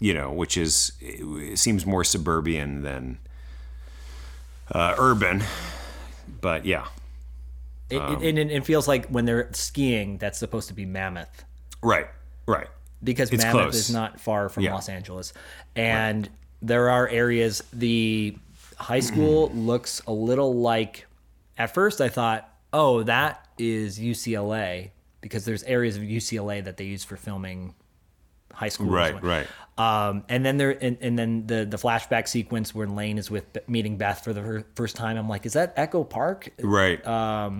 Speaker 2: You know, which is it, it seems more suburban than uh, urban. But yeah,
Speaker 3: it,
Speaker 2: um,
Speaker 3: it, and it, it feels like when they're skiing, that's supposed to be Mammoth.
Speaker 2: right, right.
Speaker 3: because
Speaker 2: It's
Speaker 3: Mammoth
Speaker 2: close.
Speaker 3: is not far from
Speaker 2: Yeah.
Speaker 3: Los Angeles, and there are areas. The high school looks a little like. At first, I thought, "Oh, that is UCLA," because there's areas of UCLA that they use for filming high school.
Speaker 2: Right, right.
Speaker 3: Um, and then there, and, and then the the flashback sequence where Lane is with meeting Beth for the fir- first time. I'm like, "Is that Echo Park?"
Speaker 2: Right.
Speaker 3: Uh,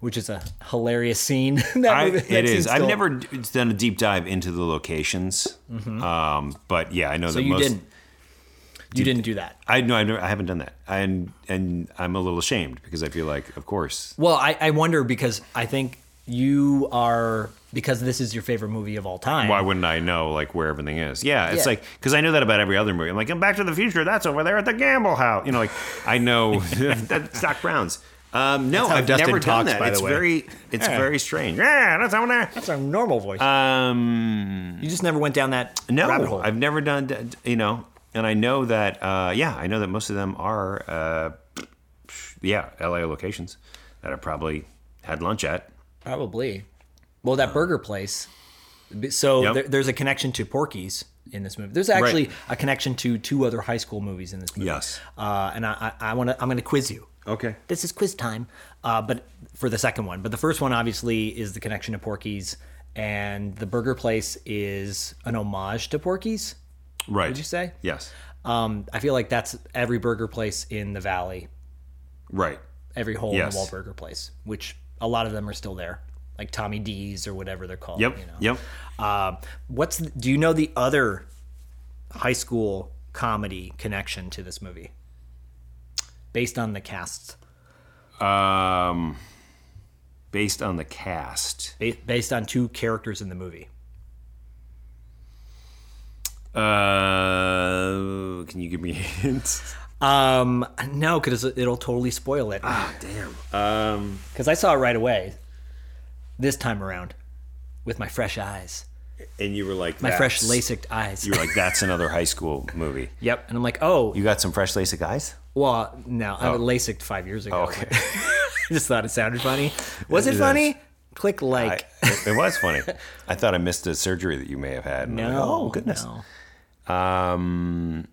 Speaker 3: Which is a hilarious scene. that
Speaker 2: I,
Speaker 3: movie- that
Speaker 2: it is.
Speaker 3: scene's
Speaker 2: I've
Speaker 3: still-
Speaker 2: never d- done a deep dive into the locations, um, but yeah, I know
Speaker 3: Mm-hmm. So
Speaker 2: that
Speaker 3: you
Speaker 2: most.
Speaker 3: didn't. You didn't do that.
Speaker 2: I know I, never- I haven't done that, and and I'm a little ashamed because I feel like, of course,
Speaker 3: Well, I, I wonder because I think you are because this is your favorite movie of all time.
Speaker 2: why wouldn't I know like where everything is? Yeah, it's
Speaker 3: Yeah.
Speaker 2: like because I know that about every other movie. I'm like, in Back to the Future, that's over there at the Gamble House. You know, like I know that's Doc Brown's. Um, no,
Speaker 3: how
Speaker 2: I've
Speaker 3: Dustin
Speaker 2: never done
Speaker 3: talks,
Speaker 2: that.
Speaker 3: by the
Speaker 2: it's
Speaker 3: way.
Speaker 2: very, it's very strange. Yeah, eh, that's over there.
Speaker 3: That's our normal voice.
Speaker 2: Um,
Speaker 3: you just never went down that
Speaker 2: No,
Speaker 3: rabbit hole.
Speaker 2: I've never done. d- d- You know, and I know that. Uh, yeah, I know that most of them are. Uh, yeah, LA locations that I probably had lunch at.
Speaker 3: Probably. Well, that burger place. So
Speaker 2: Yep.
Speaker 3: there, there's a connection to Porky's in this movie. There's actually a connection to two other high school movies in this movie.
Speaker 2: Yes.
Speaker 3: Uh, and I, I, I want to. I'm going to quiz you.
Speaker 2: Okay.
Speaker 3: This is quiz time. Uh, but for the second one, but the first one obviously is the connection to Porky's, and the burger place is an homage to Porky's.
Speaker 2: Right.
Speaker 3: Would you say?
Speaker 2: Yes.
Speaker 3: Um, I feel like that's every burger place in the valley,
Speaker 2: Right.
Speaker 3: every hole in
Speaker 2: Yes.
Speaker 3: the wall burger place, which a lot of them are still there, like Tommy D's or whatever they're called.
Speaker 2: Yep.
Speaker 3: You know?
Speaker 2: Yep.
Speaker 3: Um, what's the, do you know the other high school comedy connection to this movie, based on the cast,
Speaker 2: Um, based on the cast,
Speaker 3: ba- based on two characters in the movie?
Speaker 2: uh, can you give me a hint?
Speaker 3: Um, no, because it'll totally spoil it. Ah, damn.
Speaker 2: Um,
Speaker 3: Because I saw it right away, this time around, with my fresh eyes,
Speaker 2: and you were like
Speaker 3: my fresh
Speaker 2: that's-
Speaker 3: LASIK eyes.
Speaker 2: You were like, that's another high school movie.
Speaker 3: Yep. And I'm like, oh,
Speaker 2: You got some fresh LASIK eyes?
Speaker 3: well, no, I LASIKed five years ago.
Speaker 2: Oh. Okay.
Speaker 3: I just thought it sounded funny. Was it
Speaker 2: is.
Speaker 3: funny? Click like.
Speaker 2: I, it, it was funny. I thought I missed a surgery that you may have had. and I'm like,
Speaker 3: no.
Speaker 2: oh goodness.
Speaker 3: no.
Speaker 2: Um,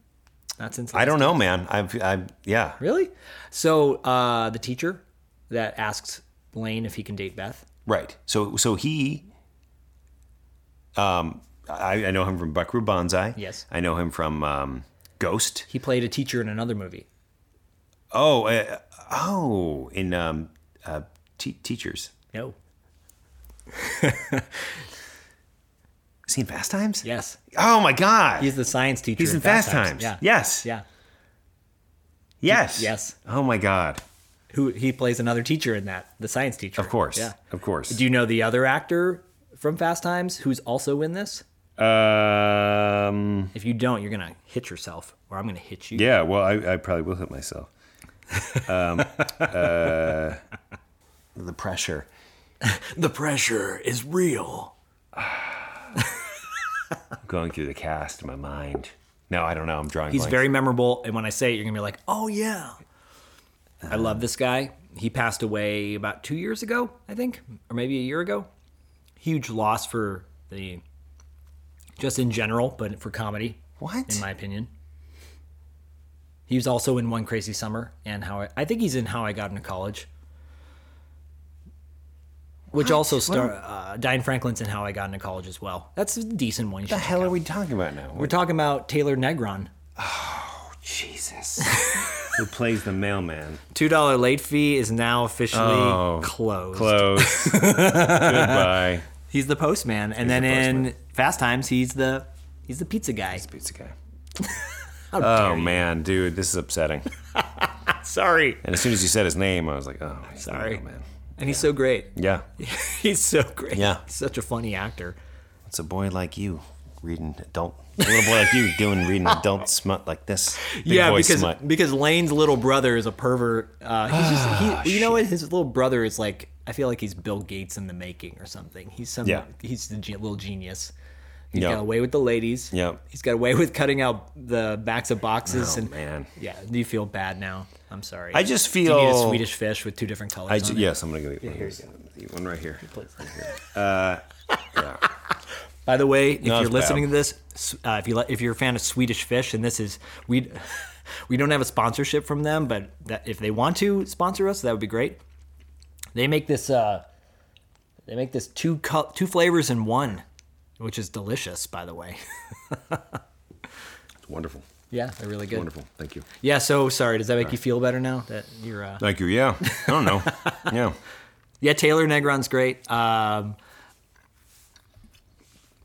Speaker 3: Not since.
Speaker 2: I don't know, man. I've, I, yeah.
Speaker 3: Really? So uh, the teacher that asks Blaine if he can date Beth.
Speaker 2: Right. So, so he, um, I, I know him from Buckaroo Banzai.
Speaker 3: Yes.
Speaker 2: I know him from um, Ghost.
Speaker 3: He played a teacher in another movie.
Speaker 2: Oh, uh, oh, in um, uh, te- Teachers.
Speaker 3: No.
Speaker 2: Is he in Fast Times?
Speaker 3: Yes.
Speaker 2: Oh my God.
Speaker 3: He's the science teacher.
Speaker 2: He's in Fast Times.
Speaker 3: Yeah.
Speaker 2: Yes.
Speaker 3: Yeah.
Speaker 2: Yes.
Speaker 3: Yes.
Speaker 2: Oh my God.
Speaker 3: Who he plays another teacher in that, the science teacher.
Speaker 2: Of course.
Speaker 3: Yeah.
Speaker 2: Of course.
Speaker 3: Do you know the other actor from Fast Times who's also in this?
Speaker 2: um.
Speaker 3: If you don't, you're gonna hit yourself, or I'm gonna hit you.
Speaker 2: Yeah. Well, I, I probably will hit myself. Um, uh, the pressure.
Speaker 3: The pressure is real.
Speaker 2: Going through the cast in my mind. No, I don't know. I'm drawing.
Speaker 3: He's
Speaker 2: blanks.
Speaker 3: very memorable, and when I say it, you're gonna be like, "Oh yeah, I love this guy." He passed away about two years ago, I think, or maybe a year ago. Huge loss for the, just in general, but for comedy,
Speaker 2: What?
Speaker 3: in my opinion. He was also in One Crazy Summer and How I, I think he's in How I Got into College, which also star uh, Diane Franklin's in How I Got into College as well. That's a decent one. You
Speaker 2: what the
Speaker 3: should check
Speaker 2: hell
Speaker 3: out.
Speaker 2: are we talking about now?
Speaker 3: We're talking about Taylor Negron.
Speaker 2: Jesus. Who plays the mailman?
Speaker 3: Two dollar late fee is now officially
Speaker 2: Oh,
Speaker 3: closed.
Speaker 2: Close. Goodbye.
Speaker 3: He's the postman, and then
Speaker 2: the
Speaker 3: in Fast Times, he's the he's the pizza guy.
Speaker 2: Pizza guy. oh man, dude, this is upsetting.
Speaker 3: Sorry,
Speaker 2: And as soon as you said his name, I was like, oh, he's the
Speaker 3: Sorry.
Speaker 2: mailman.
Speaker 3: and he's so great.
Speaker 2: Yeah.
Speaker 3: He's so great.
Speaker 2: Yeah.
Speaker 3: he's such a funny actor.
Speaker 2: It's a boy like you reading adult. A little boy like you doing reading adult smut like this. Big
Speaker 3: yeah,
Speaker 2: boy
Speaker 3: because
Speaker 2: smut.
Speaker 3: because Lane's little brother is a pervert. Uh, he's
Speaker 2: Ah,
Speaker 3: just, he, you know what? His little brother is like. I feel like he's Bill Gates in the making or something. He's some.
Speaker 2: Yeah.
Speaker 3: He's the ge- little genius. He's
Speaker 2: Yeah.
Speaker 3: got away with the ladies.
Speaker 2: Yeah.
Speaker 3: He's got away with cutting out the backs of boxes
Speaker 2: Oh
Speaker 3: and
Speaker 2: man.
Speaker 3: Yeah, do you feel bad now? I'm sorry.
Speaker 2: I just
Speaker 3: Do you need a
Speaker 2: feel.
Speaker 3: Swedish fish with two different colors.
Speaker 2: I
Speaker 3: on
Speaker 2: ju-
Speaker 3: it?
Speaker 2: yes, I'm gonna go get one. Here's one right here.
Speaker 3: By the way, if
Speaker 2: it's
Speaker 3: you're
Speaker 2: bad.
Speaker 3: listening to this, s- uh, if you li- if you're a fan of Swedish Fish, and this is we we don't have a sponsorship from them, but that, if they want to sponsor us, that would be great. They make this uh, they make this two co- two flavors in one, which is delicious. By the way,
Speaker 2: It's wonderful.
Speaker 3: yeah, they're really good.
Speaker 2: Wonderful. Thank you.
Speaker 3: Yeah. So sorry. Does that make you feel better now that you're? Uh,
Speaker 2: Thank you. Yeah. I don't know. Yeah.
Speaker 3: Yeah, Taylor Negron's great. Um,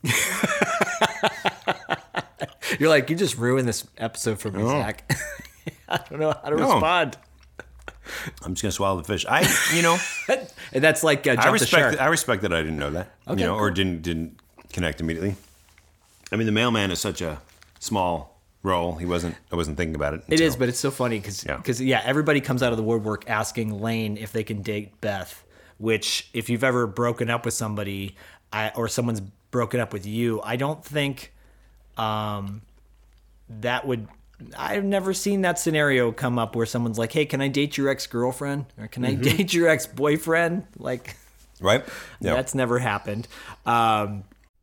Speaker 3: you're like, you just ruined this episode for me, Zach. I don't know how to
Speaker 2: No.
Speaker 3: respond.
Speaker 2: I'm just gonna swallow the fish. I, you know.
Speaker 3: And that's like uh, jump
Speaker 2: I
Speaker 3: the
Speaker 2: respect.
Speaker 3: shark.
Speaker 2: That, I respect that I didn't know that.
Speaker 3: Okay,
Speaker 2: you know, or
Speaker 3: cool.
Speaker 2: didn't didn't connect immediately. I mean, the mailman is such a small role. He wasn't. I wasn't thinking about it.
Speaker 3: It is, but it's so funny because
Speaker 2: Yeah.
Speaker 3: yeah. everybody comes out of the woodwork asking Lane if they can date Beth. Which, if you've ever broken up with somebody, I, or someone's broken up with you, I don't think um, that would. I've never seen that scenario come up where someone's like, "Hey, can I date your ex girlfriend? Or can I date your ex boyfriend?" Like
Speaker 2: Mm-hmm. right. Yeah.
Speaker 3: that's never happened. Um,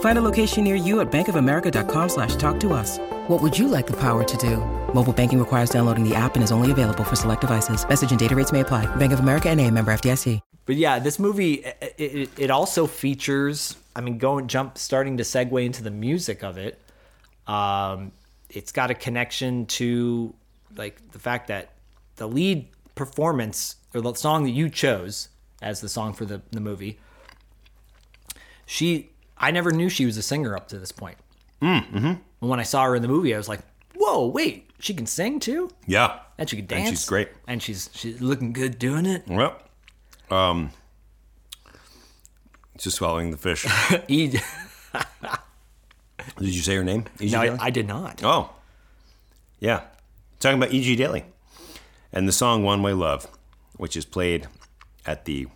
Speaker 4: Find a location near you at bankofamerica.com slash talk to us. What would you like the power to do? Mobile banking requires downloading the app and is only available for select devices. Message and data rates may apply. Bank of America and a member FDIC.
Speaker 3: But yeah, this movie it, it, it also features. I mean, going jump starting to segue into the music of it. Um, it's got a connection to like the fact that the lead performance or the song that you chose as the song for the, the movie. She, I never knew she was a singer up to this point.
Speaker 2: Mm, mm-hmm.
Speaker 3: And when I saw her in the movie, I was like, "Whoa, wait, she can sing too,
Speaker 2: yeah.
Speaker 3: and she can dance,
Speaker 2: she's great.
Speaker 3: and she's she's looking good doing it."
Speaker 2: Well, um, just swallowing the fish.
Speaker 3: E-
Speaker 2: Did you say her name? E.G.
Speaker 3: no, I,
Speaker 2: Daily?
Speaker 3: I did not.
Speaker 2: oh, yeah. Talking about E.G. Daily and the song "One Way Love," which is played at the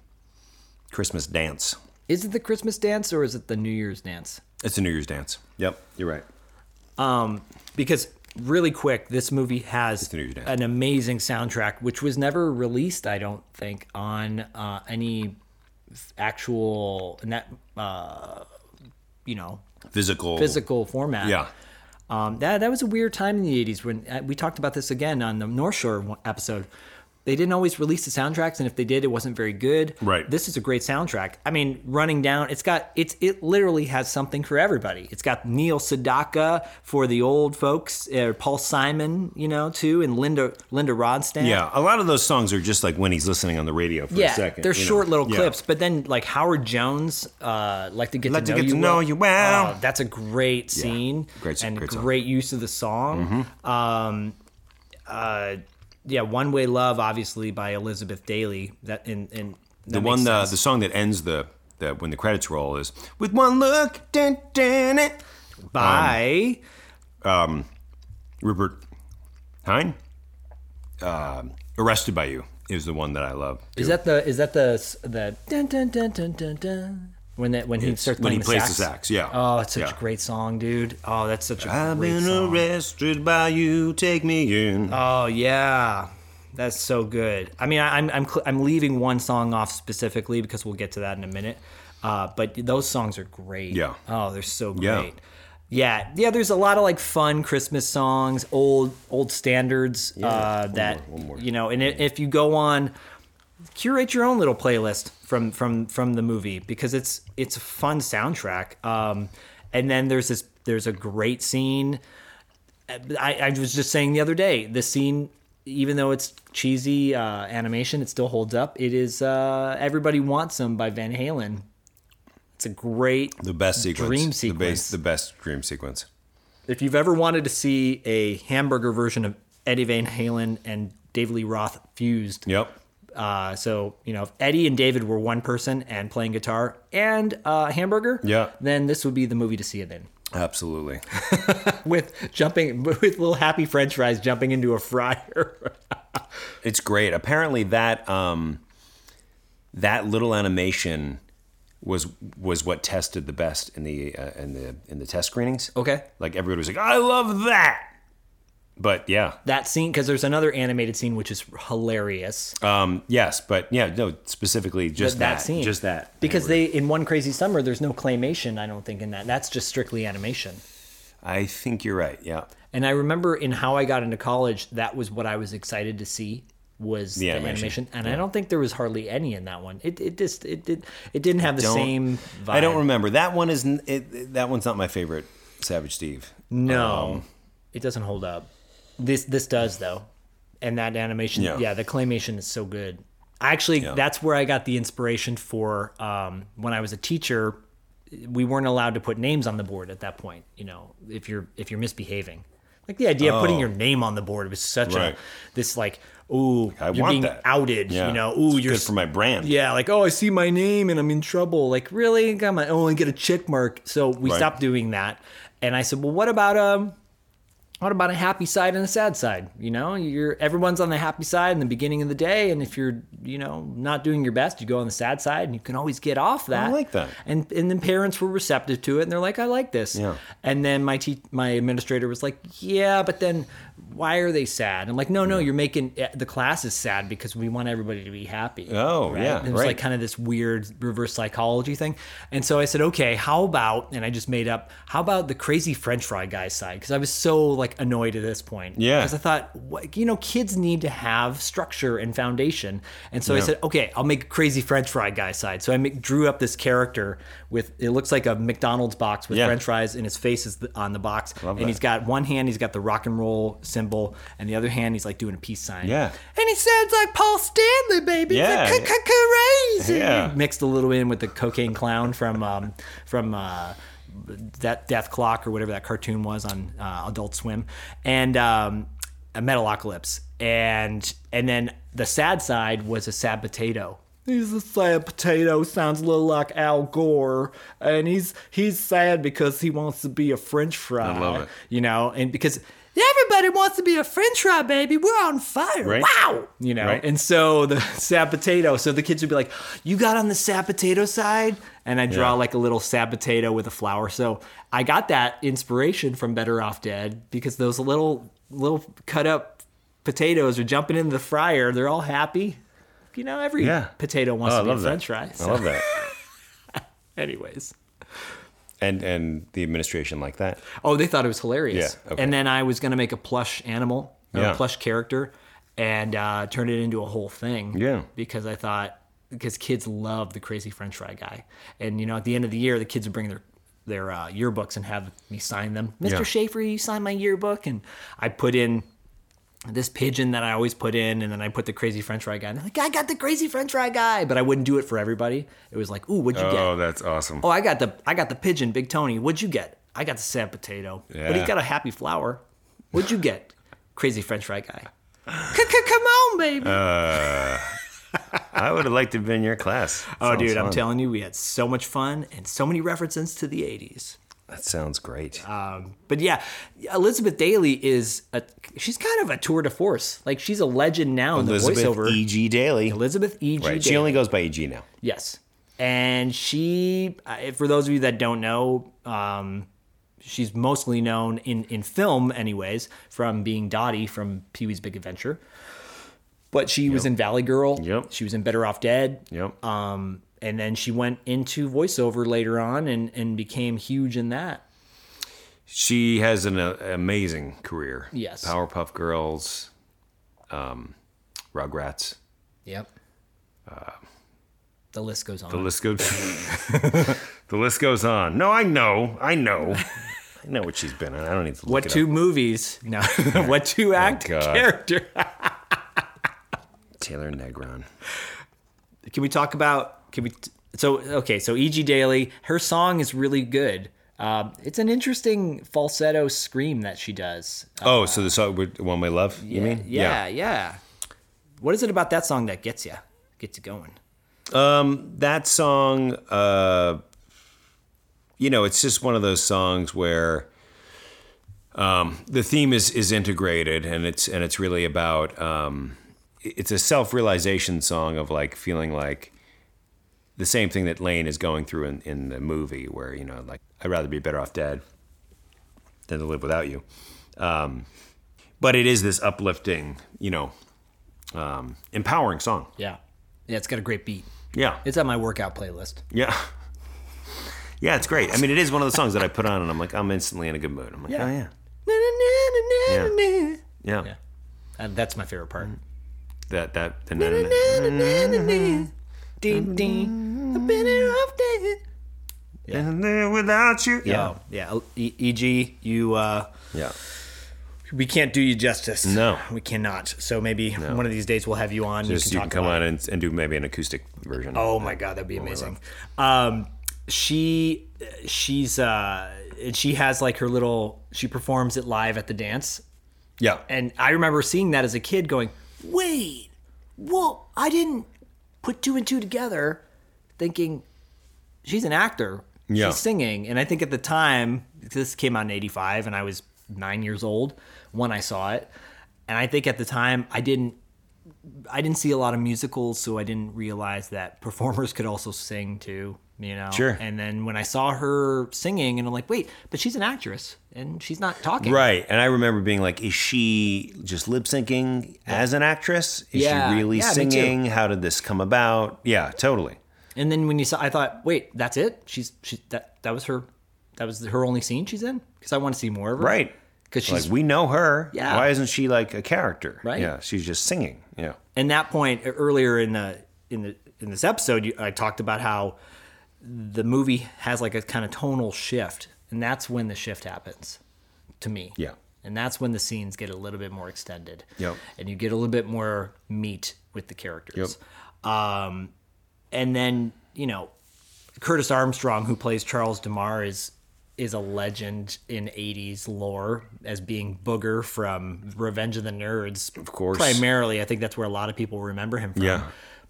Speaker 2: Christmas dance.
Speaker 3: Is it the Christmas dance or is it the New Year's dance?
Speaker 2: It's a New Year's dance. Yep, you're right.
Speaker 3: Because really quick, this movie has
Speaker 2: the New Year's dance.
Speaker 3: an amazing soundtrack, which was never released, I don't think, on uh, any f- actual net, uh, you know,
Speaker 2: Physical.
Speaker 3: physical format.
Speaker 2: Yeah.
Speaker 3: Um, that that was a weird time in the '80s when uh, we talked about this again on the North Shore one- episode. they didn't always release the soundtracks, and if they did, it wasn't very good.
Speaker 5: Right.
Speaker 3: This is a great soundtrack. I mean, running down, it's got it's it literally has something for everybody. It's got Neil Sedaka for the old folks, uh, Paul Simon, you know, too, and Linda Linda Rodstadt.
Speaker 5: Yeah, a lot of those songs are just like when he's listening on the radio for
Speaker 3: Yeah,
Speaker 5: a second.
Speaker 3: they're
Speaker 5: you know.
Speaker 3: short little
Speaker 5: Yeah.
Speaker 3: clips, but then like Howard Jones, uh, like to get
Speaker 5: Like
Speaker 3: to,
Speaker 5: to
Speaker 3: know,
Speaker 5: Get
Speaker 3: you,
Speaker 5: to Know You Well.
Speaker 3: Oh, that's a great scene,
Speaker 5: Great-
Speaker 3: and
Speaker 5: great song. Mm-hmm.
Speaker 3: great use of the song. Um, uh, yeah, One Way Love, obviously by Elizabeth Daly. That and, and that
Speaker 5: the
Speaker 3: makes
Speaker 5: one the,
Speaker 3: sense.
Speaker 5: the song that ends the, the when the credits roll is with one look dun, dun, dun, um,
Speaker 3: by
Speaker 5: Rupert Hine. Um Arrested by You is the one that I love.
Speaker 3: is that the is that the s- the dun, dun, dun, dun, dun, dun, when that when he starts
Speaker 5: when
Speaker 3: playing
Speaker 5: he plays
Speaker 3: the
Speaker 5: the sax, yeah.
Speaker 3: Oh, it's such
Speaker 5: Yeah.
Speaker 3: a great song, dude. Oh, that's such a
Speaker 5: I've
Speaker 3: great
Speaker 5: been
Speaker 3: song.
Speaker 5: arrested by you. Take me in.
Speaker 3: Oh yeah, that's so good. I mean, I, I'm I'm cl- I'm leaving one song off specifically because we'll get to that in a minute. Uh, but those songs are great.
Speaker 5: Yeah.
Speaker 3: Oh, they're so great.
Speaker 5: Yeah.
Speaker 3: Yeah. yeah, There's a lot of like fun Christmas songs, old old standards uh, that you know. And i- if you go on, curate your own little playlist from from from the movie because it's it's a fun soundtrack. Um, and then there's this there's a great scene I, I was just saying the other day, the scene, even though it's cheesy uh, animation, it still holds up. It is uh, "Everybody Wants Some" by Van Halen. It's a great.
Speaker 5: the best sequence.
Speaker 3: dream
Speaker 5: The, base,
Speaker 3: sequence.
Speaker 5: the best dream sequence.
Speaker 3: If you've ever wanted to see a hamburger version of Eddie Van Halen and David Lee Roth fused,
Speaker 5: Yep.
Speaker 3: uh, so you know if Eddie and David were one person and playing guitar and uh, hamburger,
Speaker 5: Yeah.
Speaker 3: then this would be the movie to see it in.
Speaker 5: Absolutely.
Speaker 3: With jumping, with little happy French fries jumping into a fryer.
Speaker 5: It's great. Apparently that um that little animation was was what tested the best in the uh, in the in the test screenings.
Speaker 3: okay.
Speaker 5: Like everybody was like, "I love that." But yeah.
Speaker 3: that scene because there's another animated scene which is hilarious
Speaker 5: Um yes, but yeah, no, specifically just
Speaker 3: that,
Speaker 5: that,
Speaker 3: scene
Speaker 5: just that.
Speaker 3: because they in one crazy summer there's no claymation i don't think in that that's just strictly animation
Speaker 5: I think you're right. Yeah.
Speaker 3: and i remember in how i got into college that was what i was excited to see was the,
Speaker 5: animation.
Speaker 3: animation. and i don't think there was hardly any in that one it, it just it did it didn't have the
Speaker 5: Don't-
Speaker 3: same vibe
Speaker 5: I don't remember. That one is n- it, it- that one's not my favorite Savage Steve.
Speaker 3: no
Speaker 5: Um,
Speaker 3: it doesn't hold up this this does though and that animation
Speaker 5: Yeah.
Speaker 3: yeah, the claymation is so good actually that's where i got the inspiration for um, when i was a teacher we weren't allowed to put names on the board at that point you know if you're if you're misbehaving like the idea of putting your name on the board was such
Speaker 5: Oh. Right.
Speaker 3: a this like ooh
Speaker 5: I
Speaker 3: you're
Speaker 5: want
Speaker 3: being
Speaker 5: that.
Speaker 3: outed
Speaker 5: Yeah.
Speaker 3: you know ooh
Speaker 5: It's
Speaker 3: you're
Speaker 5: good for my brand.
Speaker 3: yeah, like oh, I see my name and I'm in trouble. Like really, Come on, I only get a check mark. So we
Speaker 5: Right.
Speaker 3: stopped doing that, and I said, well, what about um, what about a happy side and a sad side? You know, you're everyone's on the happy side in the beginning of the day, and if you're you know not doing your best, you go on the sad side, and you can always get off that.
Speaker 5: like that.
Speaker 3: And and then parents were receptive to it, and they're like, I like this.
Speaker 5: Yeah.
Speaker 3: And then my te- my administrator was like, Yeah, but then why are they sad? I'm like, No, no, you're making eh, the class is sad because we want everybody to be happy.
Speaker 5: Oh, yeah,
Speaker 3: It was
Speaker 5: right.
Speaker 3: like kind of this weird reverse psychology thing. And so I said, okay, how about, and I just made up, how about the crazy French fry guy's side? Because I was so like annoyed at this point.
Speaker 5: Yeah.
Speaker 3: Because I thought, what, you know, kids need to have structure and foundation. And so I said, okay, I'll make crazy French fry guy's side. So I make, drew up this character with, it looks like a McDonald's box with
Speaker 5: Yeah.
Speaker 3: French fries and his face is th- on the box. and he's got one hand, he's got the rock and roll symbol, and the other hand, he's like doing a peace sign.
Speaker 5: Yeah.
Speaker 3: And he sounds like Paul Stanley, baby.
Speaker 5: Yeah.
Speaker 3: It's like, crazy.
Speaker 5: Yeah.
Speaker 3: Mixed a little in with the cocaine clown from um, from uh, that Death Clock or whatever that cartoon was on uh, Adult Swim, and um, a Metalocalypse, and and then the sad side was a sad potato. He's a sad potato. Sounds a little like Al Gore, and he's he's sad because he wants to be a French fry. I
Speaker 5: love it.
Speaker 3: You know, and because everybody wants to be a French fry, baby. We're on fire.
Speaker 5: Right.
Speaker 3: Wow. You know,
Speaker 5: Right.
Speaker 3: and so the sad potato. So the kids would be like, "You got on the sad potato side," and I draw
Speaker 5: Yeah.
Speaker 3: like a little sad potato with a flower. So I got that inspiration from Better Off Dead because those little little cut up potatoes are jumping in the fryer. They're all happy. You know, every
Speaker 5: Yeah.
Speaker 3: potato wants
Speaker 5: Oh, I
Speaker 3: to be a
Speaker 5: love that.
Speaker 3: French fry.
Speaker 5: I
Speaker 3: So
Speaker 5: love that.
Speaker 3: anyways.
Speaker 5: And and the administration like that.
Speaker 3: Oh, they thought it was hilarious.
Speaker 5: Yeah, okay.
Speaker 3: And then I was going to make a plush animal, or
Speaker 5: Yeah.
Speaker 3: a plush character, and uh, turned it into a whole thing.
Speaker 2: Yeah.
Speaker 3: Because I thought because kids love the crazy French fry guy, and you know at the end of the year the kids would bring their their uh, yearbooks and have me sign them. Mr. Schaefer, you signed my yearbook, and I put in this pigeon that I always put in, and then I put the crazy French fry guy. And they're like, I got the crazy French fry guy, but I wouldn't do it for everybody. It was like, ooh, what'd you get?
Speaker 2: Oh, that's awesome.
Speaker 3: Oh, I got the I got the pigeon, Big Tony. What'd you get? I got the sad potato. But he
Speaker 2: Yeah.
Speaker 3: got a happy flower. What'd you get? Crazy French fry guy. Come on, baby.
Speaker 2: I would have liked to have been in your class.
Speaker 3: oh,
Speaker 2: Sounds
Speaker 3: dude, I'm
Speaker 2: fun.
Speaker 3: telling you, we had so much fun and so many references to the '80s.
Speaker 2: That sounds great.
Speaker 3: uh, But yeah, Elizabeth Daly is a she's kind of a tour de force. Like she's a legend now in the
Speaker 2: Elizabeth
Speaker 3: voiceover.
Speaker 5: E
Speaker 2: E.G. Daly.
Speaker 3: Elizabeth E. G.
Speaker 2: right. She
Speaker 3: Daly.
Speaker 2: only goes by E.G. now.
Speaker 3: Yes. And she, uh, for those of you that don't know, um, she's mostly known in, in film, anyways, from being Dottie from Pee Wee's Big Adventure. But she was in Valley Girl.
Speaker 2: Yep.
Speaker 3: She was in Better Off Dead.
Speaker 2: Yep.
Speaker 3: Um, and then she went into voiceover later on and, and became huge in that.
Speaker 2: She has an uh, amazing career.
Speaker 3: Yes.
Speaker 2: Powerpuff Girls, um, Rugrats.
Speaker 3: Yep. the list goes on.
Speaker 2: The list goes. the list goes on. No, I know. I know. I know what she's been in. I don't need to look
Speaker 3: what
Speaker 2: it
Speaker 3: two
Speaker 2: up. Oh,
Speaker 3: movies? No. what two act
Speaker 2: God.
Speaker 3: character?
Speaker 2: Taylor Negron.
Speaker 3: Can we talk about? Can we? t- So okay, so E.G. Daily, her song is really good. Um, it's an interesting falsetto scream that she does. Uh,
Speaker 2: Oh, so the song with "One Way Love." You mean?
Speaker 3: yeah, yeah, What is it about that song that gets you? Gets you going?
Speaker 2: that song uh you know it's just one of those songs where um the theme is is integrated and it's and it's really about um it's a self-realization song of like feeling like the same thing that Lane is going through in, in the movie where you know like I'd rather be better off dead than to live without you um but it is this uplifting you know um empowering song
Speaker 3: Yeah, yeah. It's got a great beat.
Speaker 2: yeah
Speaker 3: It's on my workout playlist.
Speaker 2: yeah. Yeah, it's great. I mean, it is one of the songs that I put on and I'm like, I'm instantly in a good mood. I'm like, oh, yeah. Yeah.
Speaker 3: And Uh, that's my favorite part.
Speaker 2: That, that, the na- na- na-
Speaker 3: Ding ding. I've been here all day.
Speaker 2: na- na- without you. Yeah.
Speaker 3: Oh, yeah. E- E.G., you. Uh,
Speaker 2: Yeah.
Speaker 3: we can't do you justice.
Speaker 2: No.
Speaker 3: we cannot. So maybe one of these days we'll have you on.
Speaker 2: Just you can
Speaker 3: talk
Speaker 2: come on
Speaker 3: about it.
Speaker 2: and, and do maybe an acoustic version.
Speaker 3: Oh my god, that'd be amazing. Um, she, she's, uh, and she has like her little. She performs it live at the dance,
Speaker 2: Yeah.
Speaker 3: and I remember seeing that as a kid, going, "Wait, well, I didn't put two and two together." Thinking, she's an actor.
Speaker 2: Yeah.
Speaker 3: She's singing, and I think at the time this came out in '85, and I was nine years old when I saw it, and I think at the time I didn't. I didn't see a lot of musicals, so I didn't realize that performers could also sing too. You know,
Speaker 2: Sure.
Speaker 3: And then when I saw her singing, and I'm like, wait, but she's an actress, and she's not talking.
Speaker 2: Right. And I remember being like, is she just lip syncing as an actress? Is
Speaker 3: Yeah.
Speaker 2: she really
Speaker 3: Yeah, me too.
Speaker 2: singing? How did this come about? Yeah, totally.
Speaker 3: And then when you saw, I thought, wait, that's it. She's she that that was her, that was her only scene she's in because I want to see more of her.
Speaker 2: Right.
Speaker 3: Because she's
Speaker 2: Like, we know her.
Speaker 3: Yeah.
Speaker 2: Why isn't she like a character?
Speaker 3: Right.
Speaker 2: Yeah. She's just singing. Yeah.
Speaker 3: and that point e, earlier in the in the in this episode, you, I talked about how the movie has like a kind of tonal shift, and that's when the shift happens to me.
Speaker 2: Yeah.
Speaker 3: And that's when the scenes get a little bit more extended.
Speaker 2: Yep.
Speaker 3: And you get a little bit more meat with the characters. Um, and then you know, Curtis Armstrong, who plays Charles Demar, is is a legend in '80s lore as being Booger from Revenge of the Nerds. Of
Speaker 2: course.
Speaker 3: primarily, I think that's where a lot of people remember him from.
Speaker 2: Yeah.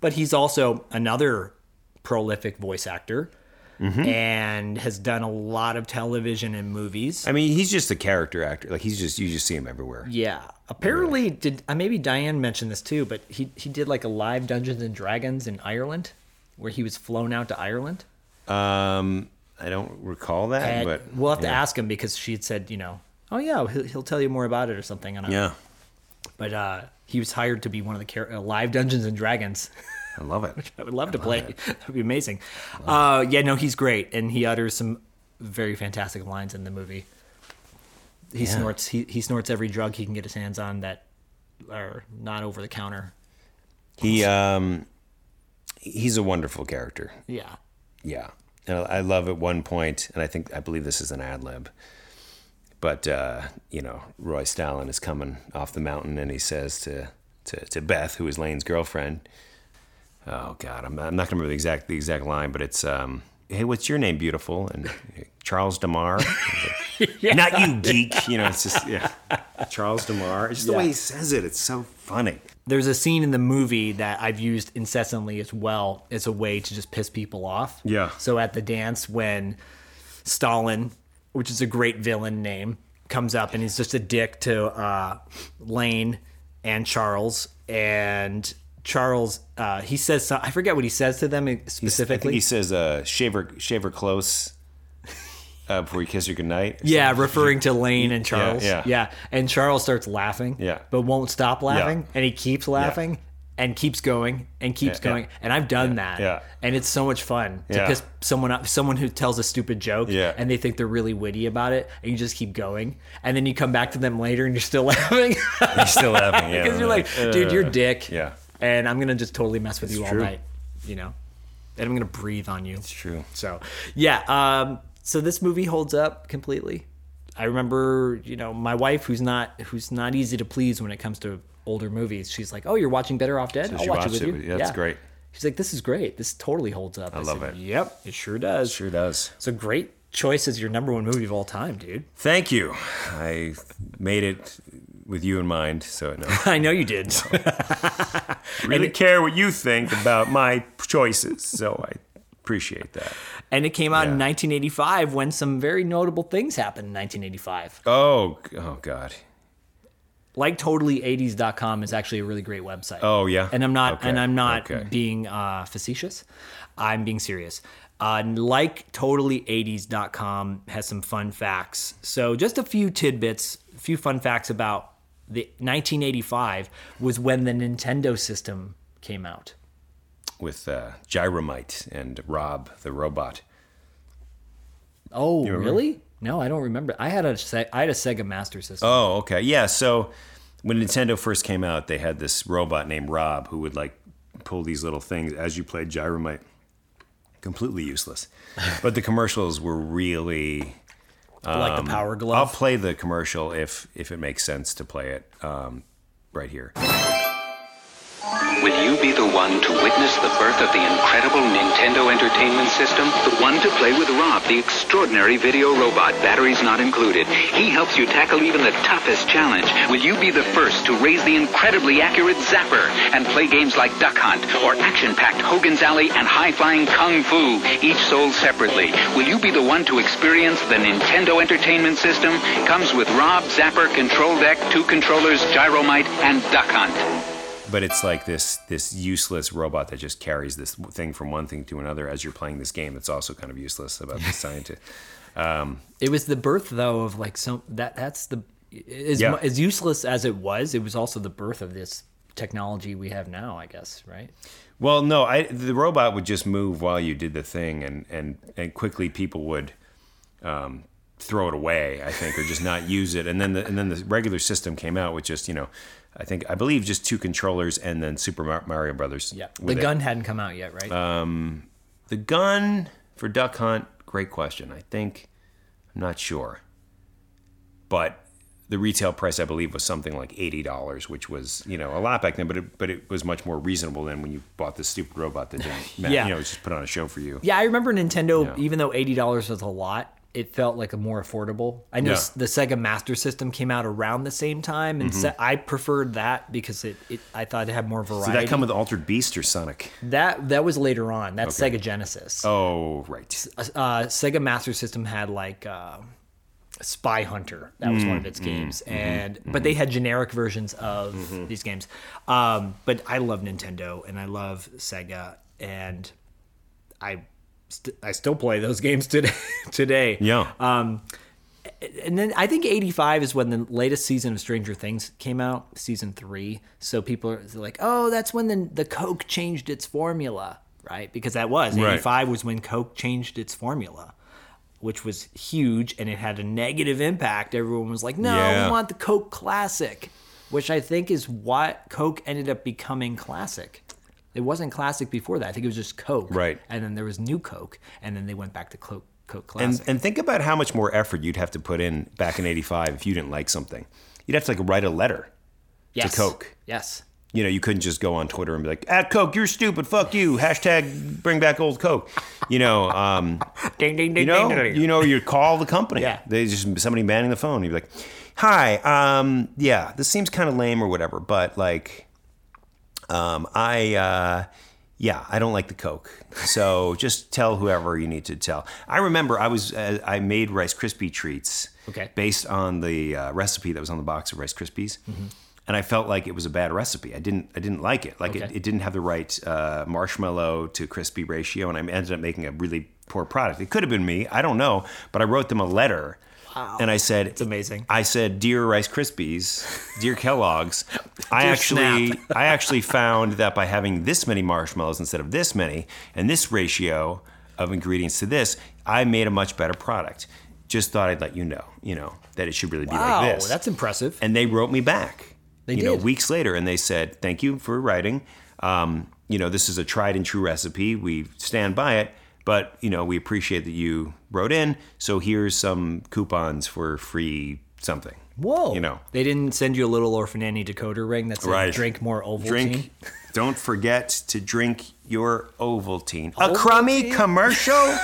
Speaker 3: but he's also another prolific voice actor.
Speaker 2: Mm-hmm.
Speaker 3: And has done a lot of television and movies.
Speaker 2: I mean, he's just a character actor. Like he's just you just see him everywhere.
Speaker 3: Yeah. Apparently, did uh, maybe Diane mentioned this too, but he he did like a live Dungeons and Dragons in Ireland, where he was flown out to Ireland.
Speaker 2: Um, I don't recall that,
Speaker 3: And
Speaker 2: but
Speaker 3: we'll have to ask him because she had said, you know, oh yeah, he'll, he'll tell you more about it or something. And I-
Speaker 2: yeah,
Speaker 3: But uh, he was hired to be one of the char- uh, live Dungeons and Dragons.
Speaker 2: I love it.
Speaker 3: I would love to play. That'd be amazing. Uh, yeah, no, he's great, and he utters some very fantastic lines in the movie. He snorts. He, he snorts every drug he can get his hands on that or not over the counter.
Speaker 2: He um, he's a wonderful character.
Speaker 3: Yeah.
Speaker 2: Yeah, and I love at one point, and I think I believe this is an ad lib. But uh, you know, Roy Stalin is coming off the mountain, and he says to to, to Beth, who is Lane's girlfriend, "Oh God, I'm, I'm not gonna remember the exact the exact line, but it's um, hey, what's your name, beautiful?" And uh, Charles Demar, not you, geek. You know, it's just yeah, Charles Demar. It's just the way he says it. It's so funny.
Speaker 3: There's a scene in the movie that I've used incessantly as well as a way to just piss people off.
Speaker 2: Yeah.
Speaker 3: So at the dance when Stalin, which is a great villain name, comes up and he's just a dick to uh, Lane and Charles and Charles uh, he says some, I forget what he says to them
Speaker 2: I think
Speaker 3: specifically.
Speaker 2: he says, uh, "Shave her, shave her close uh, before you kiss her goodnight."
Speaker 3: Yeah, referring to Lane and Charles.
Speaker 2: yeah.
Speaker 3: Yeah, And Charles starts laughing.
Speaker 2: Yeah.
Speaker 3: But won't stop laughing. And he keeps laughing and keeps going and keeps
Speaker 2: yeah.
Speaker 3: going. And I've done that.
Speaker 2: yeah.
Speaker 3: And it's so much fun to
Speaker 2: Yeah.
Speaker 3: piss someone up someone who tells a stupid joke
Speaker 2: Yeah.
Speaker 3: and they think they're really witty about it and you just keep going. And then you come back to them later and you're still laughing.
Speaker 2: You're still laughing. Yeah,
Speaker 3: Because you're like, dude, you're a dick.
Speaker 2: yeah.
Speaker 3: And I'm gonna just totally mess with you all
Speaker 2: true.
Speaker 3: night. You know? And I'm gonna breathe on you. It's
Speaker 2: true.
Speaker 3: So yeah, um, so this movie holds up completely. I remember, you know, my wife who's not who's not easy to please when it comes to older movies, she's like, Oh, you're watching Better Off Dead? I'll
Speaker 2: she
Speaker 3: watch it
Speaker 2: watched
Speaker 3: with
Speaker 2: it
Speaker 3: you.
Speaker 2: with you. That's great.
Speaker 3: She's like, This is great. This totally holds up. I,
Speaker 2: love
Speaker 3: said,
Speaker 2: it.
Speaker 3: Yep, it sure does.
Speaker 2: Sure does.
Speaker 3: So great choice as your number one movie of all time, dude.
Speaker 2: Thank you. I made it with you in mind, so no. I
Speaker 3: I know you did.
Speaker 2: really care what you think about my choices, so I appreciate that.
Speaker 3: and it came out in 1985 when some very notable things happened in 1985.
Speaker 2: Oh, g- oh God.
Speaker 3: Like totally80s.com is actually a really great website.
Speaker 2: Oh yeah.
Speaker 3: and I'm not
Speaker 2: Okay,
Speaker 3: and I'm not
Speaker 2: okay.
Speaker 3: being uh, facetious. I'm being serious. Uh, like totally80s.com has some fun facts. So just a few tidbits, a few fun facts about the 1985 was when the Nintendo system came out.
Speaker 2: with uh, Gyromite and Rob the robot.
Speaker 3: Oh, really? No, I don't remember. I had a Se- I had a Sega Master System.
Speaker 2: Oh, okay. Yeah. So when Nintendo first came out, they had this robot named Rob who would like pull these little things as you played Gyromite. Completely useless. But the commercials were really.
Speaker 3: like the Power
Speaker 2: Um, I'll
Speaker 3: Glove.
Speaker 2: play the commercial if if it makes sense to play it um, right here.
Speaker 4: Will you be the one to witness the birth of the incredible Nintendo Entertainment System? The one to play with Rob, the extraordinary video robot, batteries not included. He helps you tackle even the toughest challenge. Will you be the first to raise the incredibly accurate Zapper and play games like Duck Hunt or action-packed Hogan's Alley and high-flying Kung Fu, each sold separately? Will you be the one to experience the Nintendo Entertainment System? Comes with Rob, Zapper, Control Deck, two controllers, Gyromite, and Duck Hunt.
Speaker 2: But it's like this this useless robot that just carries this thing from one thing to another as you're playing this game. That's also kind of useless about the scientist.
Speaker 3: It was the birth though of like some that that's the as,
Speaker 2: Yeah.
Speaker 3: mu- as useless as it was, it was also the birth of this technology we have now, I guess, right?
Speaker 2: Well, no, I the robot would just move while you did the thing, and and and quickly people would um, throw it away, I think, or just not use it. And then the and then the regular system came out with just you know, I think I believe just two controllers and then Super Mar- Mario Brothers.
Speaker 3: Yeah. The
Speaker 2: with it. Uh,
Speaker 3: gun hadn't come out yet, right?
Speaker 2: The gun for Duck Hunt, great question. I think I'm not sure. But the retail price I believe was something like $80, which was, you know, a lot back then, but it, but it was much more reasonable than when you bought this stupid robot that didn't matter,
Speaker 3: Yeah.
Speaker 2: you know, it was just put on a show for you.
Speaker 3: yeah, I remember Nintendo
Speaker 2: Yeah.
Speaker 3: even though $80 was a lot, it felt like a more affordable. I know
Speaker 2: Yeah.
Speaker 3: s- the Sega Master System came out around the same time
Speaker 2: Mm-hmm.
Speaker 3: and se- I preferred that because it, it I thought it had more variety.
Speaker 2: Did that come with Altered Beast or Sonic?
Speaker 3: Mm-hmm. that that was later on. That's Sega Genesis.
Speaker 2: Oh, right.
Speaker 3: uh, Sega Master System had like uh, Spy Hunter. That was one of its games, and but they had generic versions of these games. Um, but I love Nintendo and I love Sega, and I st- I still play those games today. today, Um,
Speaker 2: Yeah.
Speaker 3: and then I think 85 is when the latest season of Stranger Things came out, season three. So people are like, oh, that's when the, the Coke changed its formula, right? Because that was
Speaker 2: Right.
Speaker 3: 85 was when Coke changed its formula, which was huge and it had a negative impact. Everyone was like, no,
Speaker 2: Yeah.
Speaker 3: we want the Coke classic. which I think is what Coke ended up becoming classic. It wasn't classic before that. I think it was just Coke.
Speaker 2: Right.
Speaker 3: And then there was new Coke, and then they went back to Coke, Coke
Speaker 2: And
Speaker 3: Classic.
Speaker 2: and think about how much more effort you'd have to put in back in '85 if you didn't like something. You'd have to like write a letter.
Speaker 3: yes.
Speaker 2: Coke.
Speaker 3: Yes.
Speaker 2: You know, you couldn't just go on Twitter and be like, "At Coke, you're stupid. Fuck you." Hashtag Bring Back Old Coke. You know, um,
Speaker 3: Ding, ding, ding,
Speaker 2: you know, you know, you call the company.
Speaker 3: Yeah.
Speaker 2: They just somebody manning the phone. You'd be like, "Hi, um, yeah, this seems kind of lame or whatever, but like, um, I, uh, yeah, I don't like the Coke. So just tell whoever you need to tell." I remember I was uh, I made Rice Krispie treats.
Speaker 3: Okay.
Speaker 2: Based on the uh, recipe that was on the box of Rice Krispies.
Speaker 3: Mm-hmm.
Speaker 2: And I felt like it was a bad recipe. I didn't. I didn't like it. Like it,
Speaker 3: Okay.
Speaker 2: it didn't have the right uh, marshmallow to crispy ratio, and I ended up making a really poor product. It could have been me. I don't know, but I wrote them a letter, and I said, "It's
Speaker 3: amazing.
Speaker 2: I said, "Dear Rice Krispies, dear Kellogg's, I
Speaker 3: Dear
Speaker 2: actually,
Speaker 3: Snap.
Speaker 2: I actually found that by having this many marshmallows instead of this many, and this ratio of ingredients to this, I made a much better product. Just thought I'd let you know, you know, that it should really be
Speaker 3: Wow,
Speaker 2: like this."
Speaker 3: that's impressive.
Speaker 2: and they wrote me back.
Speaker 3: They
Speaker 2: you know,
Speaker 3: did.
Speaker 2: weeks later, and they said, "Thank you for writing. Um, you know, this is a tried and true recipe. We stand by it, but you know, we appreciate that you wrote in. So here's some coupons for free something.
Speaker 3: Whoa.
Speaker 2: You know,
Speaker 3: They didn't send you a little orphan Annie decoder ring that said
Speaker 2: Right.
Speaker 3: drink more Ovaltine.
Speaker 2: drink. don't forget to drink your Ovaltine. A crummy commercial.